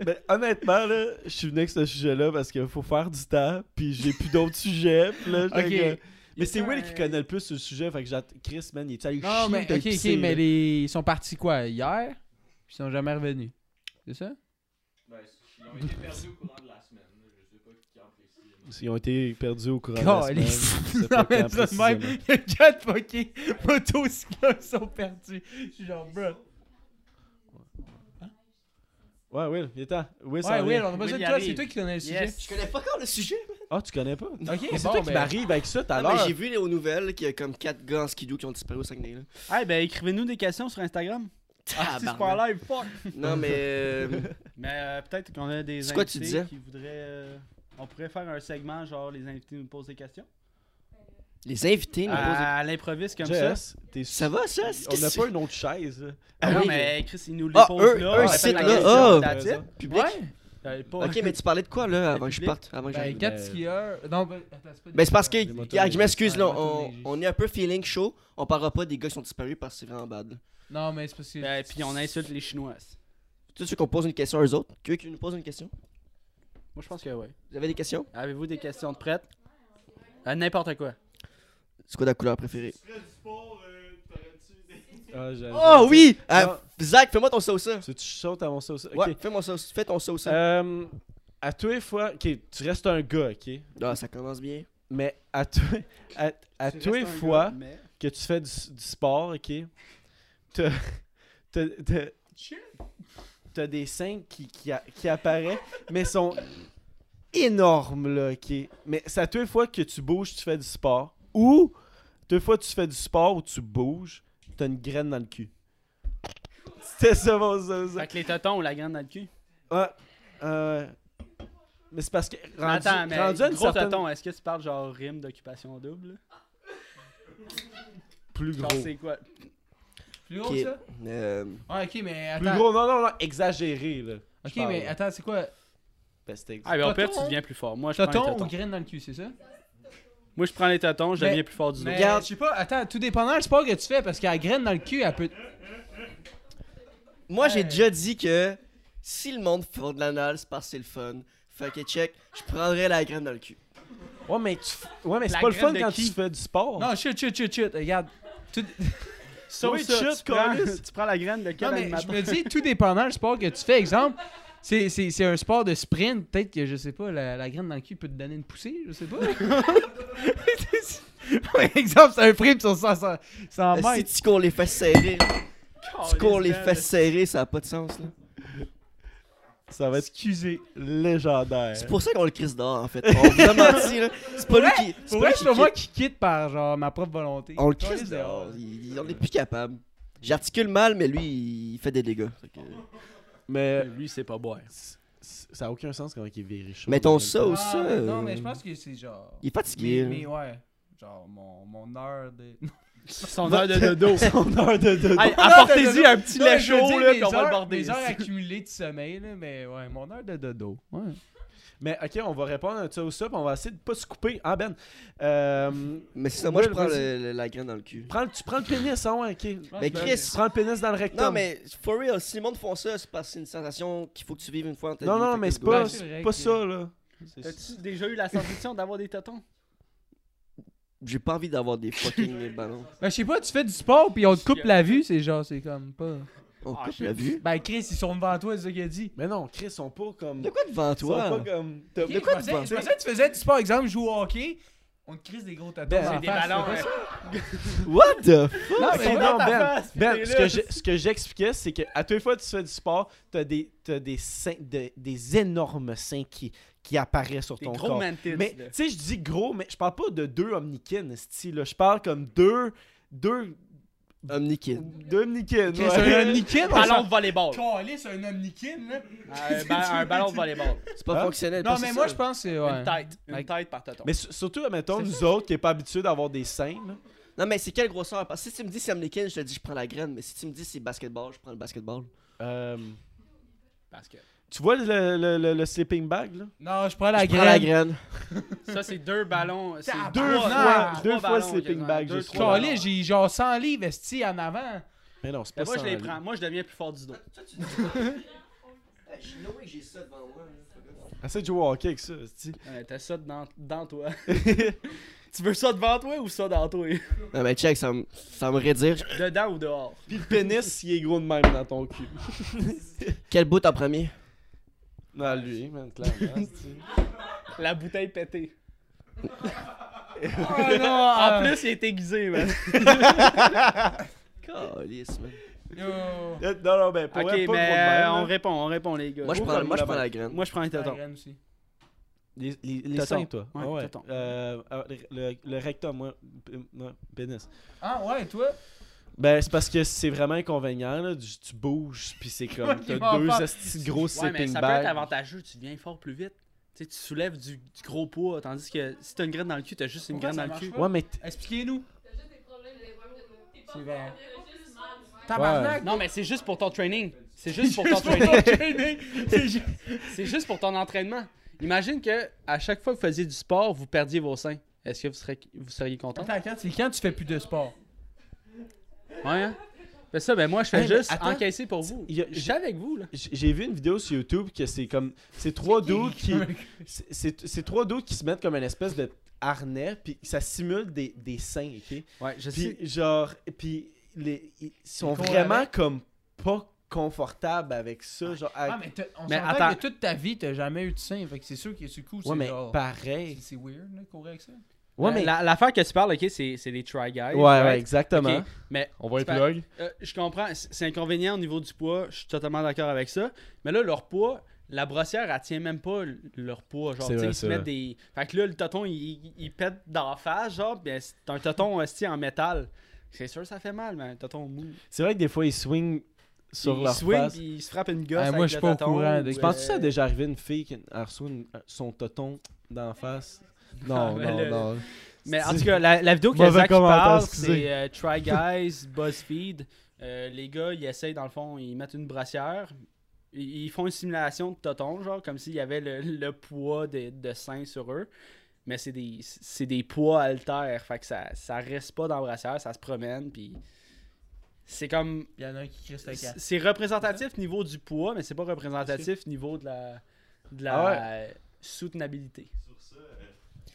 [laughs] Ben, honnêtement, là, je suis venu avec ce sujet-là parce qu'il faut faire du temps, puis j'ai plus d'autres sujets. puis là, Ok. j'ai- Mais c'est pas Will un- qui connaît le plus ce sujet, fait que j'attends. Chris, man, il est allé Non, chier mais t'as ok, ok, pissé, mais là. les... ils sont partis quoi Hier Puis Ils sont jamais revenus. C'est ça Ben, ils ont été perdus au courant de la semaine. Je sais pas qui en précisément. Ils ont été perdus au courant de la semaine. [laughs] je sais Caliste. pas Non, quand mais ça de même. précisément. Il y a quatre fucking motocyclistes qui sont perdus. Je suis genre, bro. Ouais, Will, il est temps. Will, Ouais, s'en Will, vient. on a besoin Will, de il toi. arrive. C'est toi qui connais le sujet. Yes. Je connais pas encore le sujet. Ah, tu connais pas? Ok, Mais c'est bon, toi qui ben, m'arrive avec ça tout à Ah, mais l'heure. j'ai vu les- aux nouvelles qu'il y a comme 4 gars en skidoo qui ont disparu au Saguenay. Là. hey, ben, écrivez-nous des questions sur Instagram. Ah, c'est Tabarnak. super live, fuck. Non, mais. [laughs] euh, Mais euh, peut-être qu'on a des C'est invités quoi tu disais? qui voudraient. euh, on pourrait faire un segment genre les invités nous posent des questions. les invités nous posent. À, à l'improviste comme ça. Jess, t'es Ça va, ça? On n'a Qu'est-ce pas que- une autre chaise. là. Ah, non, oui. mais Chris, il nous les Ah, pose eux- là. eux, on répète c'est la là, question, ah. that's it. Public? Ouais. J'avais Euh, pas- Ok, mais tu parlais de quoi, là, avant que je Public? parte? Avant que Ben, j'arrive? quatre Ben, skieurs. Non, ben, attends, c'est pas des Ben, c'est parce que. skieurs. Les motos gars, je neiges. m'excuse, là, Ouais, les motos on, neiges. on est un peu feeling chaud. On parlera pas des gars qui sont disparus parce que c'est vraiment bad. là. Non, mais c'est parce que. Ben, puis on insulte les Chinoises. Tu sais qu'on pose une question aux autres? Tu veux qu'ils nous posent une question? Moi, je pense que oui. Vous avez des questions? Avez-vous des questions de prête À Euh, n'importe quoi. C'est quoi ta couleur préférée? Ah, j'ai- Oh oui! Euh, Non. Zach, fais-moi ton sauce. hein. Tu veux que je saute avant ça aussi? Ouais, Ok. fais-moi sauce. Fais ton sauce. hein. Euh, à tous les fois, ok, tu restes un gars, ok? Ah, ça commence bien. Mais à, tous- à, à tous les fois que tu fais du, du sport, ok? T'as, t'as, t'as- t'as des seins qui, qui, a- qui apparaissent, mais sont énormes, là, ok? Mais c'est à tous les fois que tu bouges, tu fais du sport. Ou, deux fois que tu fais du sport ou tu bouges, t'as une graine dans le cul. C'était ça, mon ça, ça. Fait que les totons ou la graine dans le cul. Ouais. Ah, Euh... Mais c'est parce que. Rendu, Mais Attends, mais rendu à une gros certaine- toton, est-ce que tu parles genre rime d'occupation double? Plus Genre gros. c'est quoi? Plus haut, Ok. ça Euh, Ouais, ok, mais Plus attends. gros, non, non, non, exagéré, là. Ok, je parle, mais là. attends, c'est quoi Ben, c'était ex- Ah ben au pire Toton? tu deviens plus fort. Moi je prends les Toton ou totons. graine dans le cul, c'est ça Moi je prends les totons, je deviens Mais- plus fort du Mais dos. Regarde. je sais pas, attends, tout dépendant du sport que tu fais, parce que la graine dans le cul, elle peut. Moi, j'ai Hey. déjà dit que si le monde fait de l'anal, c'est parce que c'est le fun. Fait que check, je prendrais la graine dans le cul. Ouais, mais, tu f- ouais, mais c'est La pas le fun graine de quand qui? tu fais du sport. Non, chut, chut, chut, chut, regarde. [laughs] Tout... Sauf Oui, ça, shit, tu, prends, Carlis. tu prends la graine de quel Non, mais animal? je me dis, tout dépendant du sport que tu fais, exemple, c'est, c'est, c'est un sport de sprint, peut-être que, je sais pas, la, la graine dans le cul peut te donner une poussée, je [laughs] sais pas. [laughs] Ouais, exemple, c'est un frame sur 100, 100, Ah, 100 si mètres. tu cours les fesses serrées, là, Oh, tu cours les man. fesses serrées, ça a pas de sens. là. Ça va être Excusez. légendaire. C'est pour ça qu'on le crisse dehors, en fait. On vous a menti, là. C'est pas lui Pour vrai, qui. C'est pas lui c'est qui pas moi quitte. qui quitte par genre ma propre volonté. On le Toi, crisse les dehors. dehors. Il, il- on est plus capable. J'articule mal, mais lui, il fait des dégâts. Fait que- Mais Lui c'est pas boire. c- c- ça a aucun sens quand il est viré chaud. Mettons là. ça ou Ah, ça. mais Non, mais euh, je pense que c'est genre. Il est fatigué. Mais, là. mais ouais. Genre, mon, mon heure de. [laughs] Son heure de dodo. Son heure de dodo. Hey, Non, non, apportez-y non. un petit Non, lait je veux chaud dire là mes puis on va le heures- border. Mes heures ici. accumulées de sommeil, là, mais ouais, mon heure de dodo. Ouais. Mais ok, on va répondre à ça ou ça, puis on va essayer de pas se couper. Ah, Ben. Euh, Mais c'est ça, moi, je Will, prends vas-y. le- le- la graine dans le cul. prends le- tu prends le pénis, hein, ouais, ok. Mais ben, Chris, Tu prends le pénis dans le rectum. Non, mais for real, si le monde font ça, c'est parce que c'est une sensation qu'il faut que tu vives une fois en ta Non, vie. non, Fait mais que c'est go. pas, Ouais, c'est c'est vrai pas que- ça, là. C'est- T'as-tu déjà eu la sensation d'avoir des totons? J'ai pas envie d'avoir des fucking ballons. Ben, je sais pas, tu fais du sport puis on te coupe la vue, c'est genre, c'est comme pas. On Ah, Oh, coupe je- la vue. Ben, Chris, ils sont devant toi, c'est ça qu'il a dit. Mais non, Chris, ils sont pas comme. De quoi devant ils sont toi? hein. pas comme. t'as- Ok, de quoi je tu pensais- penses? Je pensais que tu faisais du sport, exemple, joue au hockey, on te crisse des gros tatouages. Ben, en c'est des face, tu ballons, fais pas hein. ça? What the f... Non, Ok, mais non, dans Ah, ta Ben, face, puis Ben, t'es ce là. que j'ai- ce que j'expliquais, c'est que à toutes les fois que tu fais du sport, t'as des, t'as des, seins- de- des énormes seins qui, qui apparaissent sur Des ton gros corps. man tits, mais là. tu sais, je dis gros, mais je parle pas de deux omnikins, esti, là. Je parle comme deux. Deux. Omnikid. Deux omnikins. Chris, ouais. [laughs] un omnikid, on Ballon s'en de volleyball. calisse, un omnikid, là. [laughs] Un, ba- un ballon de volleyball. C'est pas Hein? fonctionnel. Non, parce que mais c'est moi, ça. je pense que [laughs] c'est. Une Ouais. tête. Une Avec- tête par tonton. Mais su- surtout, mettons, C'est nous autres qui n'est pas habitués d'avoir des seins, là, Non, mais c'est quelle grosseur? Parce que si tu me dis Sam Lekin, je te dis je prends la graine. Mais si tu me dis c'est basketball, je prends le basketball. Euh, Parce que tu vois le, le, le, le sleeping bag, là? Non, je prends la Je prends la graine. graine. ça, c'est deux ballons. C'est Tabarnak! deux Trois fois. deux trois fois ballons, le sleeping quasiment. bag, Deux, je trois crois. ballons. Calé, j'ai genre 100 livres esti en avant. Mais non, c'est pas Mais Ben, moi, ça. je les là. prends. Moi, je deviens plus fort du doigt. Toi, tu dis. Hey, Je suis loin que j'ai ça devant moi. là. Essaye de jouer au hockey avec ça, esti. Ouais, T'as ça dans, [laughs] dans toi. tu veux ça devant toi ou ça dans toi Non, mais Ah, ben, check, ça me, ça me redire. Dedans ou dehors Puis le pénis, il est gros de même dans ton cul. Quel bout en premier? Non, lui, man, clairement, [laughs] esti. La bouteille pétée. Oh [laughs] non! En plus, il est aiguisé, man. Calice, man. Yo! Euh, Non, non, ben, pour ok, vrai, pas mais gros de même, euh, on là. répond, on répond, les gars. Moi, je prends, moi, je prends la graine. Moi, je prends un La téton. graine aussi. Les, les, les Tonton. seins, toi. Ouais, Ah ouais. tonton. Euh, euh, le, le rectum, moi. p- Non, pénis. Ah ouais, toi? Ben, c'est parce que c'est vraiment inconvénient, là. Du- tu bouges, puis [laughs] c'est comme. Ok, T'as bon, deux bon. esti de gros Ouais, mais sleeping ça peut être bags. avantageux, tu viens fort plus vite. Tu sais, tu soulèves du, du gros poids, tandis que si t'as une graine dans le cul, t'as juste une Pourquoi graine dans ça le cul. marche Ouais, mais. t- Expliquez-nous. T'as juste des problèmes, des problèmes de mots. T'es pas C'est vrai. fier, t'as juste mal. ouais. Tabarnak! Non, mais c'est juste pour ton training. C'est juste pour ton [laughs] Juste pour training. ton training. C'est ju- [laughs] C'est juste pour ton entraînement. Imagine que à chaque fois que vous faisiez du sport, vous perdiez vos seins. Est-ce que vous, serez, vous seriez content? Attends, quand- c'est quand tu fais plus de sport? Ouais, hein? Ben ça, ben moi, je fais Hey, mais juste attends. encaisser pour vous. Il y a- Je suis avec vous, là. J- J'ai vu une vidéo sur YouTube que c'est comme. C'est trois dudes qui. c'est- C'est c'est trois dudes qui se mettent comme une espèce de harnais, puis ça simule des, des seins, ok? Ouais, je Puis genre. Puis les, ils sont courent vraiment avec. comme pas confortables avec ça. Genre, Ah, mais t'as- on Mais s'entend attends. que toute ta vie, t'as jamais eu de sein. Fait que c'est sûr que du coup, c'est ouais, mais genre... pareil. C'est c'est weird, là, courir avec ça. Ouais, mais. Ben, La- L'affaire que tu parles, ok, c'est c'est les try guys. Ouais, right? ouais, exactement. Ok, Mais On va les plug. euh, je comprends, c'est c'est inconvénient au niveau du poids, je suis totalement d'accord avec ça. Mais là, leur poids, la brossière, elle tient même pas l- leur poids. Genre, C'est tu sais, vrai, ils se c'est mettent vrai. des. Fait que là, le toton, il, il- il pète d'en face, genre, ben c'est un toton hostie en métal. C'est sûr, ça fait mal, mais un toton mou. C'est vrai que des fois, ils swingent sur il leur swing, face. puis il se frappe une gosse. Ah, moi, avec je suis le pas au toton, courant ou, de- euh, Tu penses que ça a déjà arrivé une fille qui a reçu une- euh, son toton d'en face? Ah, Non, mais non, le- non. Mais en C'est- tout cas, la, la vidéo que Mauvais Zach qui commentaire, parle, excusez. c'est euh, [laughs] Try Guys, BuzzFeed. Euh, les gars, ils essayent, dans le fond, ils mettent une brassière. Ils, ils font une simulation de toton, genre, comme s'il y avait le, le poids de, de sein sur eux. Mais c'est des, c'est des poids altères. Fait que ça, ça reste pas dans la brassière, ça se promène. Puis c'est comme. Il y en a un qui crisse la carte. C'est représentatif niveau du poids, mais c'est pas représentatif niveau de la, de la Ah soutenabilité.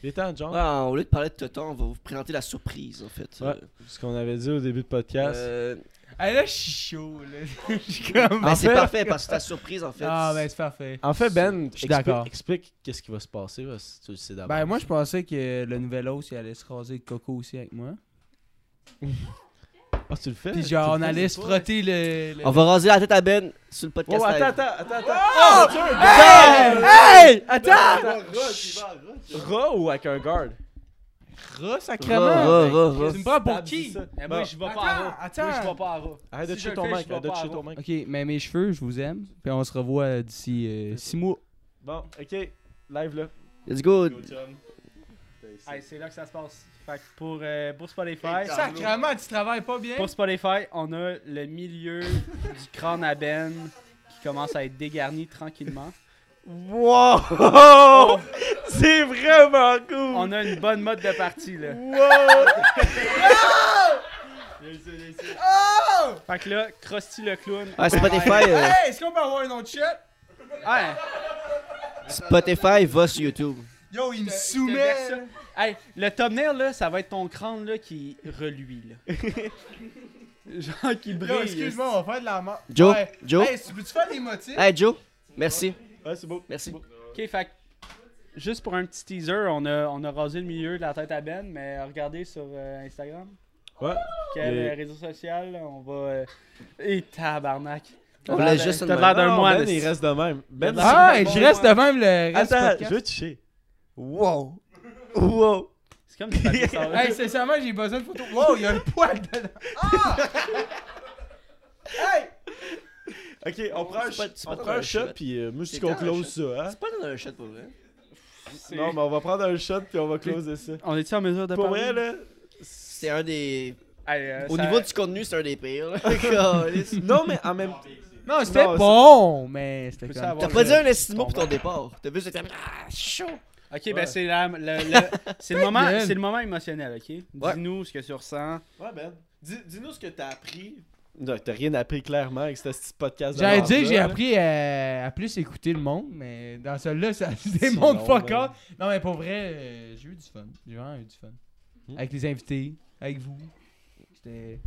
Il était en genre. Ah, au lieu de parler de Toton, on va vous présenter la surprise, en fait. Ouais, ce qu'on avait dit au début de podcast. Euh, Ah, là, je suis chaud, là. [laughs] Je suis comme... ben, En c'est fait- parfait parce que c'est la surprise, en fait. Ah, ben, c'est parfait. en fait, Ben, je suis expli- d'accord. explique qu'est-ce qui va se passer, là, si tu le sais d'abord. Ben, moi, je pensais que le nouvel os, il allait se raser de coco aussi avec moi. Ah, tu le fais? Puis Tu genre, le on fais, c'est allait se pas- frotter le... le- On va raser la tête à Ben sur le Oh, podcast. oh, live. attends, attends, attends, attends. Hey! Attends! Raw ou avec un guard? Ra, Ra, sacrément! Ben, ra, ra, ra. Tu me prends pour Stab, dis qui? ça. Mais Eh, moi, Bon. je vais pas Attends, à Raw. attends. Moi, je vais pas à Raw. Arrête de Si toucher je ton le fais, mic, je vais arrête de pas toucher à ton Raw. mic. Ok, mais mes cheveux, je vous aime. Puis on se revoit euh, d'ici 6 mois. Bon, ok. Live là. Let's go! Hey, c'est là que ça se passe. Fait que pour, euh, pour Spotify, Sacrement, tu travailles pas bien? pour Spotify, on a le milieu du crâne à Ben qui commence à être dégarni tranquillement. Wow! C'est vraiment cool! On a une bonne mode de partie là. Fait que là, Krusty le clown. Ah, Spotify, euh, Hey, est-ce qu'on peut avoir un autre shot? Hey, Spotify va sur YouTube. Yo, il me je te verse ça. Hey, le thumbnail là, ça va être ton crâne là qui reluit là. Genre qui brille. Yo, excuse-moi, on va faire de la mort. Joe, Joe, Hey, tu peux-tu faire des motifs? hey Joe, merci, Ouais, c'est beau. merci. Ok, fait que, juste pour un petit teaser, on a, on a rasé le milieu de la tête à Ben, mais regardez sur euh, Instagram. [laughs] Ouais. Quel Et- euh, réseau social, on va. euh, Et tabarnak. On T'as l'a l'air- juste T'as une l'air main. d'un Non, moine. Ben, il c'est- reste de même. Ben, Regarde Ah, c'est hey, bon, je reste moi. devant le reste attends, du je podcast. veux toucher. Wow! Wow! C'est comme du papier [laughs] sauvage. Hey, sincèrement, j'ai besoin de photos. Wow, il y a un poil dedans. Ok, on prend un, C'est pas- sh- c'est on pas prend un un shot, shot. puis euh, moi, je C'est dis qu'on quand un close ça, hein? C'est pas dans un shot pour vrai. C'est- Non, mais on va prendre un shot, puis on va closer ça. On est-tu en mesure de Pour [laughs] parler? vrai, là, C'était un des. Hey, euh, Au ça- niveau du contenu, c'est un des pires. là. Calisse. Non, mais en même Non, c'était Non, bon, mais c'était Faut comme... savoir- T'as Bon, pas je- dit un estimo pour ton départ. T'as vu, c'était. Ah, chaud. Ok, ben c'est la- le, le- [laughs] c'est le moment, gueule. c'est le moment émotionnel, ok. Ouais. Dis-nous ce que tu ressens. Ouais, Ben. [laughs] Dis- Dis-nous ce que t'as appris. Non, t'as rien appris clairement avec ce petit podcast. de hein. J'allais merde-là, dire que j'ai là. appris à, à plus écouter le monde, mais dans celui-là, ça des C'est mondes long, fuck là. off. Non, mais pour vrai, euh, j'ai eu du fun. J'ai vraiment eu du fun. Hmm. Avec les invités, avec vous. C'était.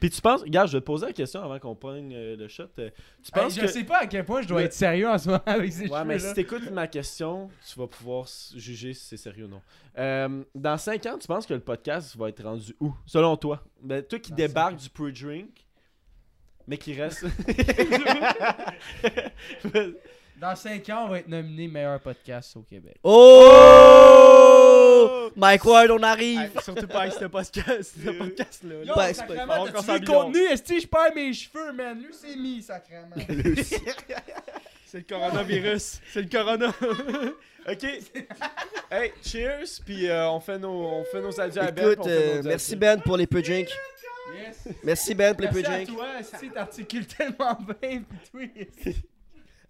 Puis tu penses, regarde, je vais te poser la question avant qu'on prenne euh, le shot. Euh, Tu Hey, penses je que. sais pas à quel point je dois Le- être sérieux en ce moment avec [laughs] ces Ouais, mais si cheveux-là. t'écoutes ma question, tu vas pouvoir s- juger si c'est sérieux ou non. Euh, dans 5 ans, tu penses que le podcast va être rendu où Selon toi ben, Toi qui Dans débarque du pre-drink, mais qui reste. Dans 5 ans, on va être nominé meilleur podcast au Québec. [laughs] Oh! Mike Ward, on Hey, arrive. surtout pas avec ce podcast, ce podcast là. Yo, Ben, c'est pas- sacrément, encore t'as-tu vu le sans contenu? Esti, je perds mes cheveux, man. [laughs] Leucémie, sacrément. C'est le coronavirus, c'est le corona. [laughs] ok. Hey, cheers, puis euh, on fait nos, on fait nos adieux à Ben. puis Écoute, on fait nos euh, adieux. merci Ben pour les peu drinks. yes. Merci Ben pour les peu Merci à drinks. toi, Esti, t'articules tellement bien, pis tout. esti.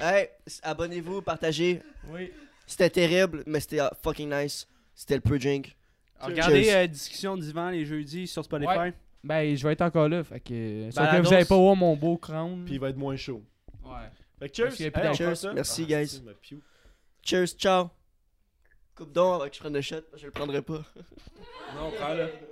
Hey, s- abonnez-vous, partagez. Oui. C'était terrible, mais c'était ah, fucking nice. C'était le peu drink. Regardez Cheers. euh, discussion d'Ivan les jeudis sur Spotify. Ouais. Ben, je vais être encore là, fait que. Sauf que Balados. vous avez pas voir mon beau crâne. Puis il va être moins chaud. Ouais. Fait que cheers. Parce qu'il y a plus on d'alcool. prend ça. Ah, Merci, guys. c'est ma piou. Cheers, ciao. Coupe donc avant que je prenne le shot, je le prendrai pas. Non, prends-le.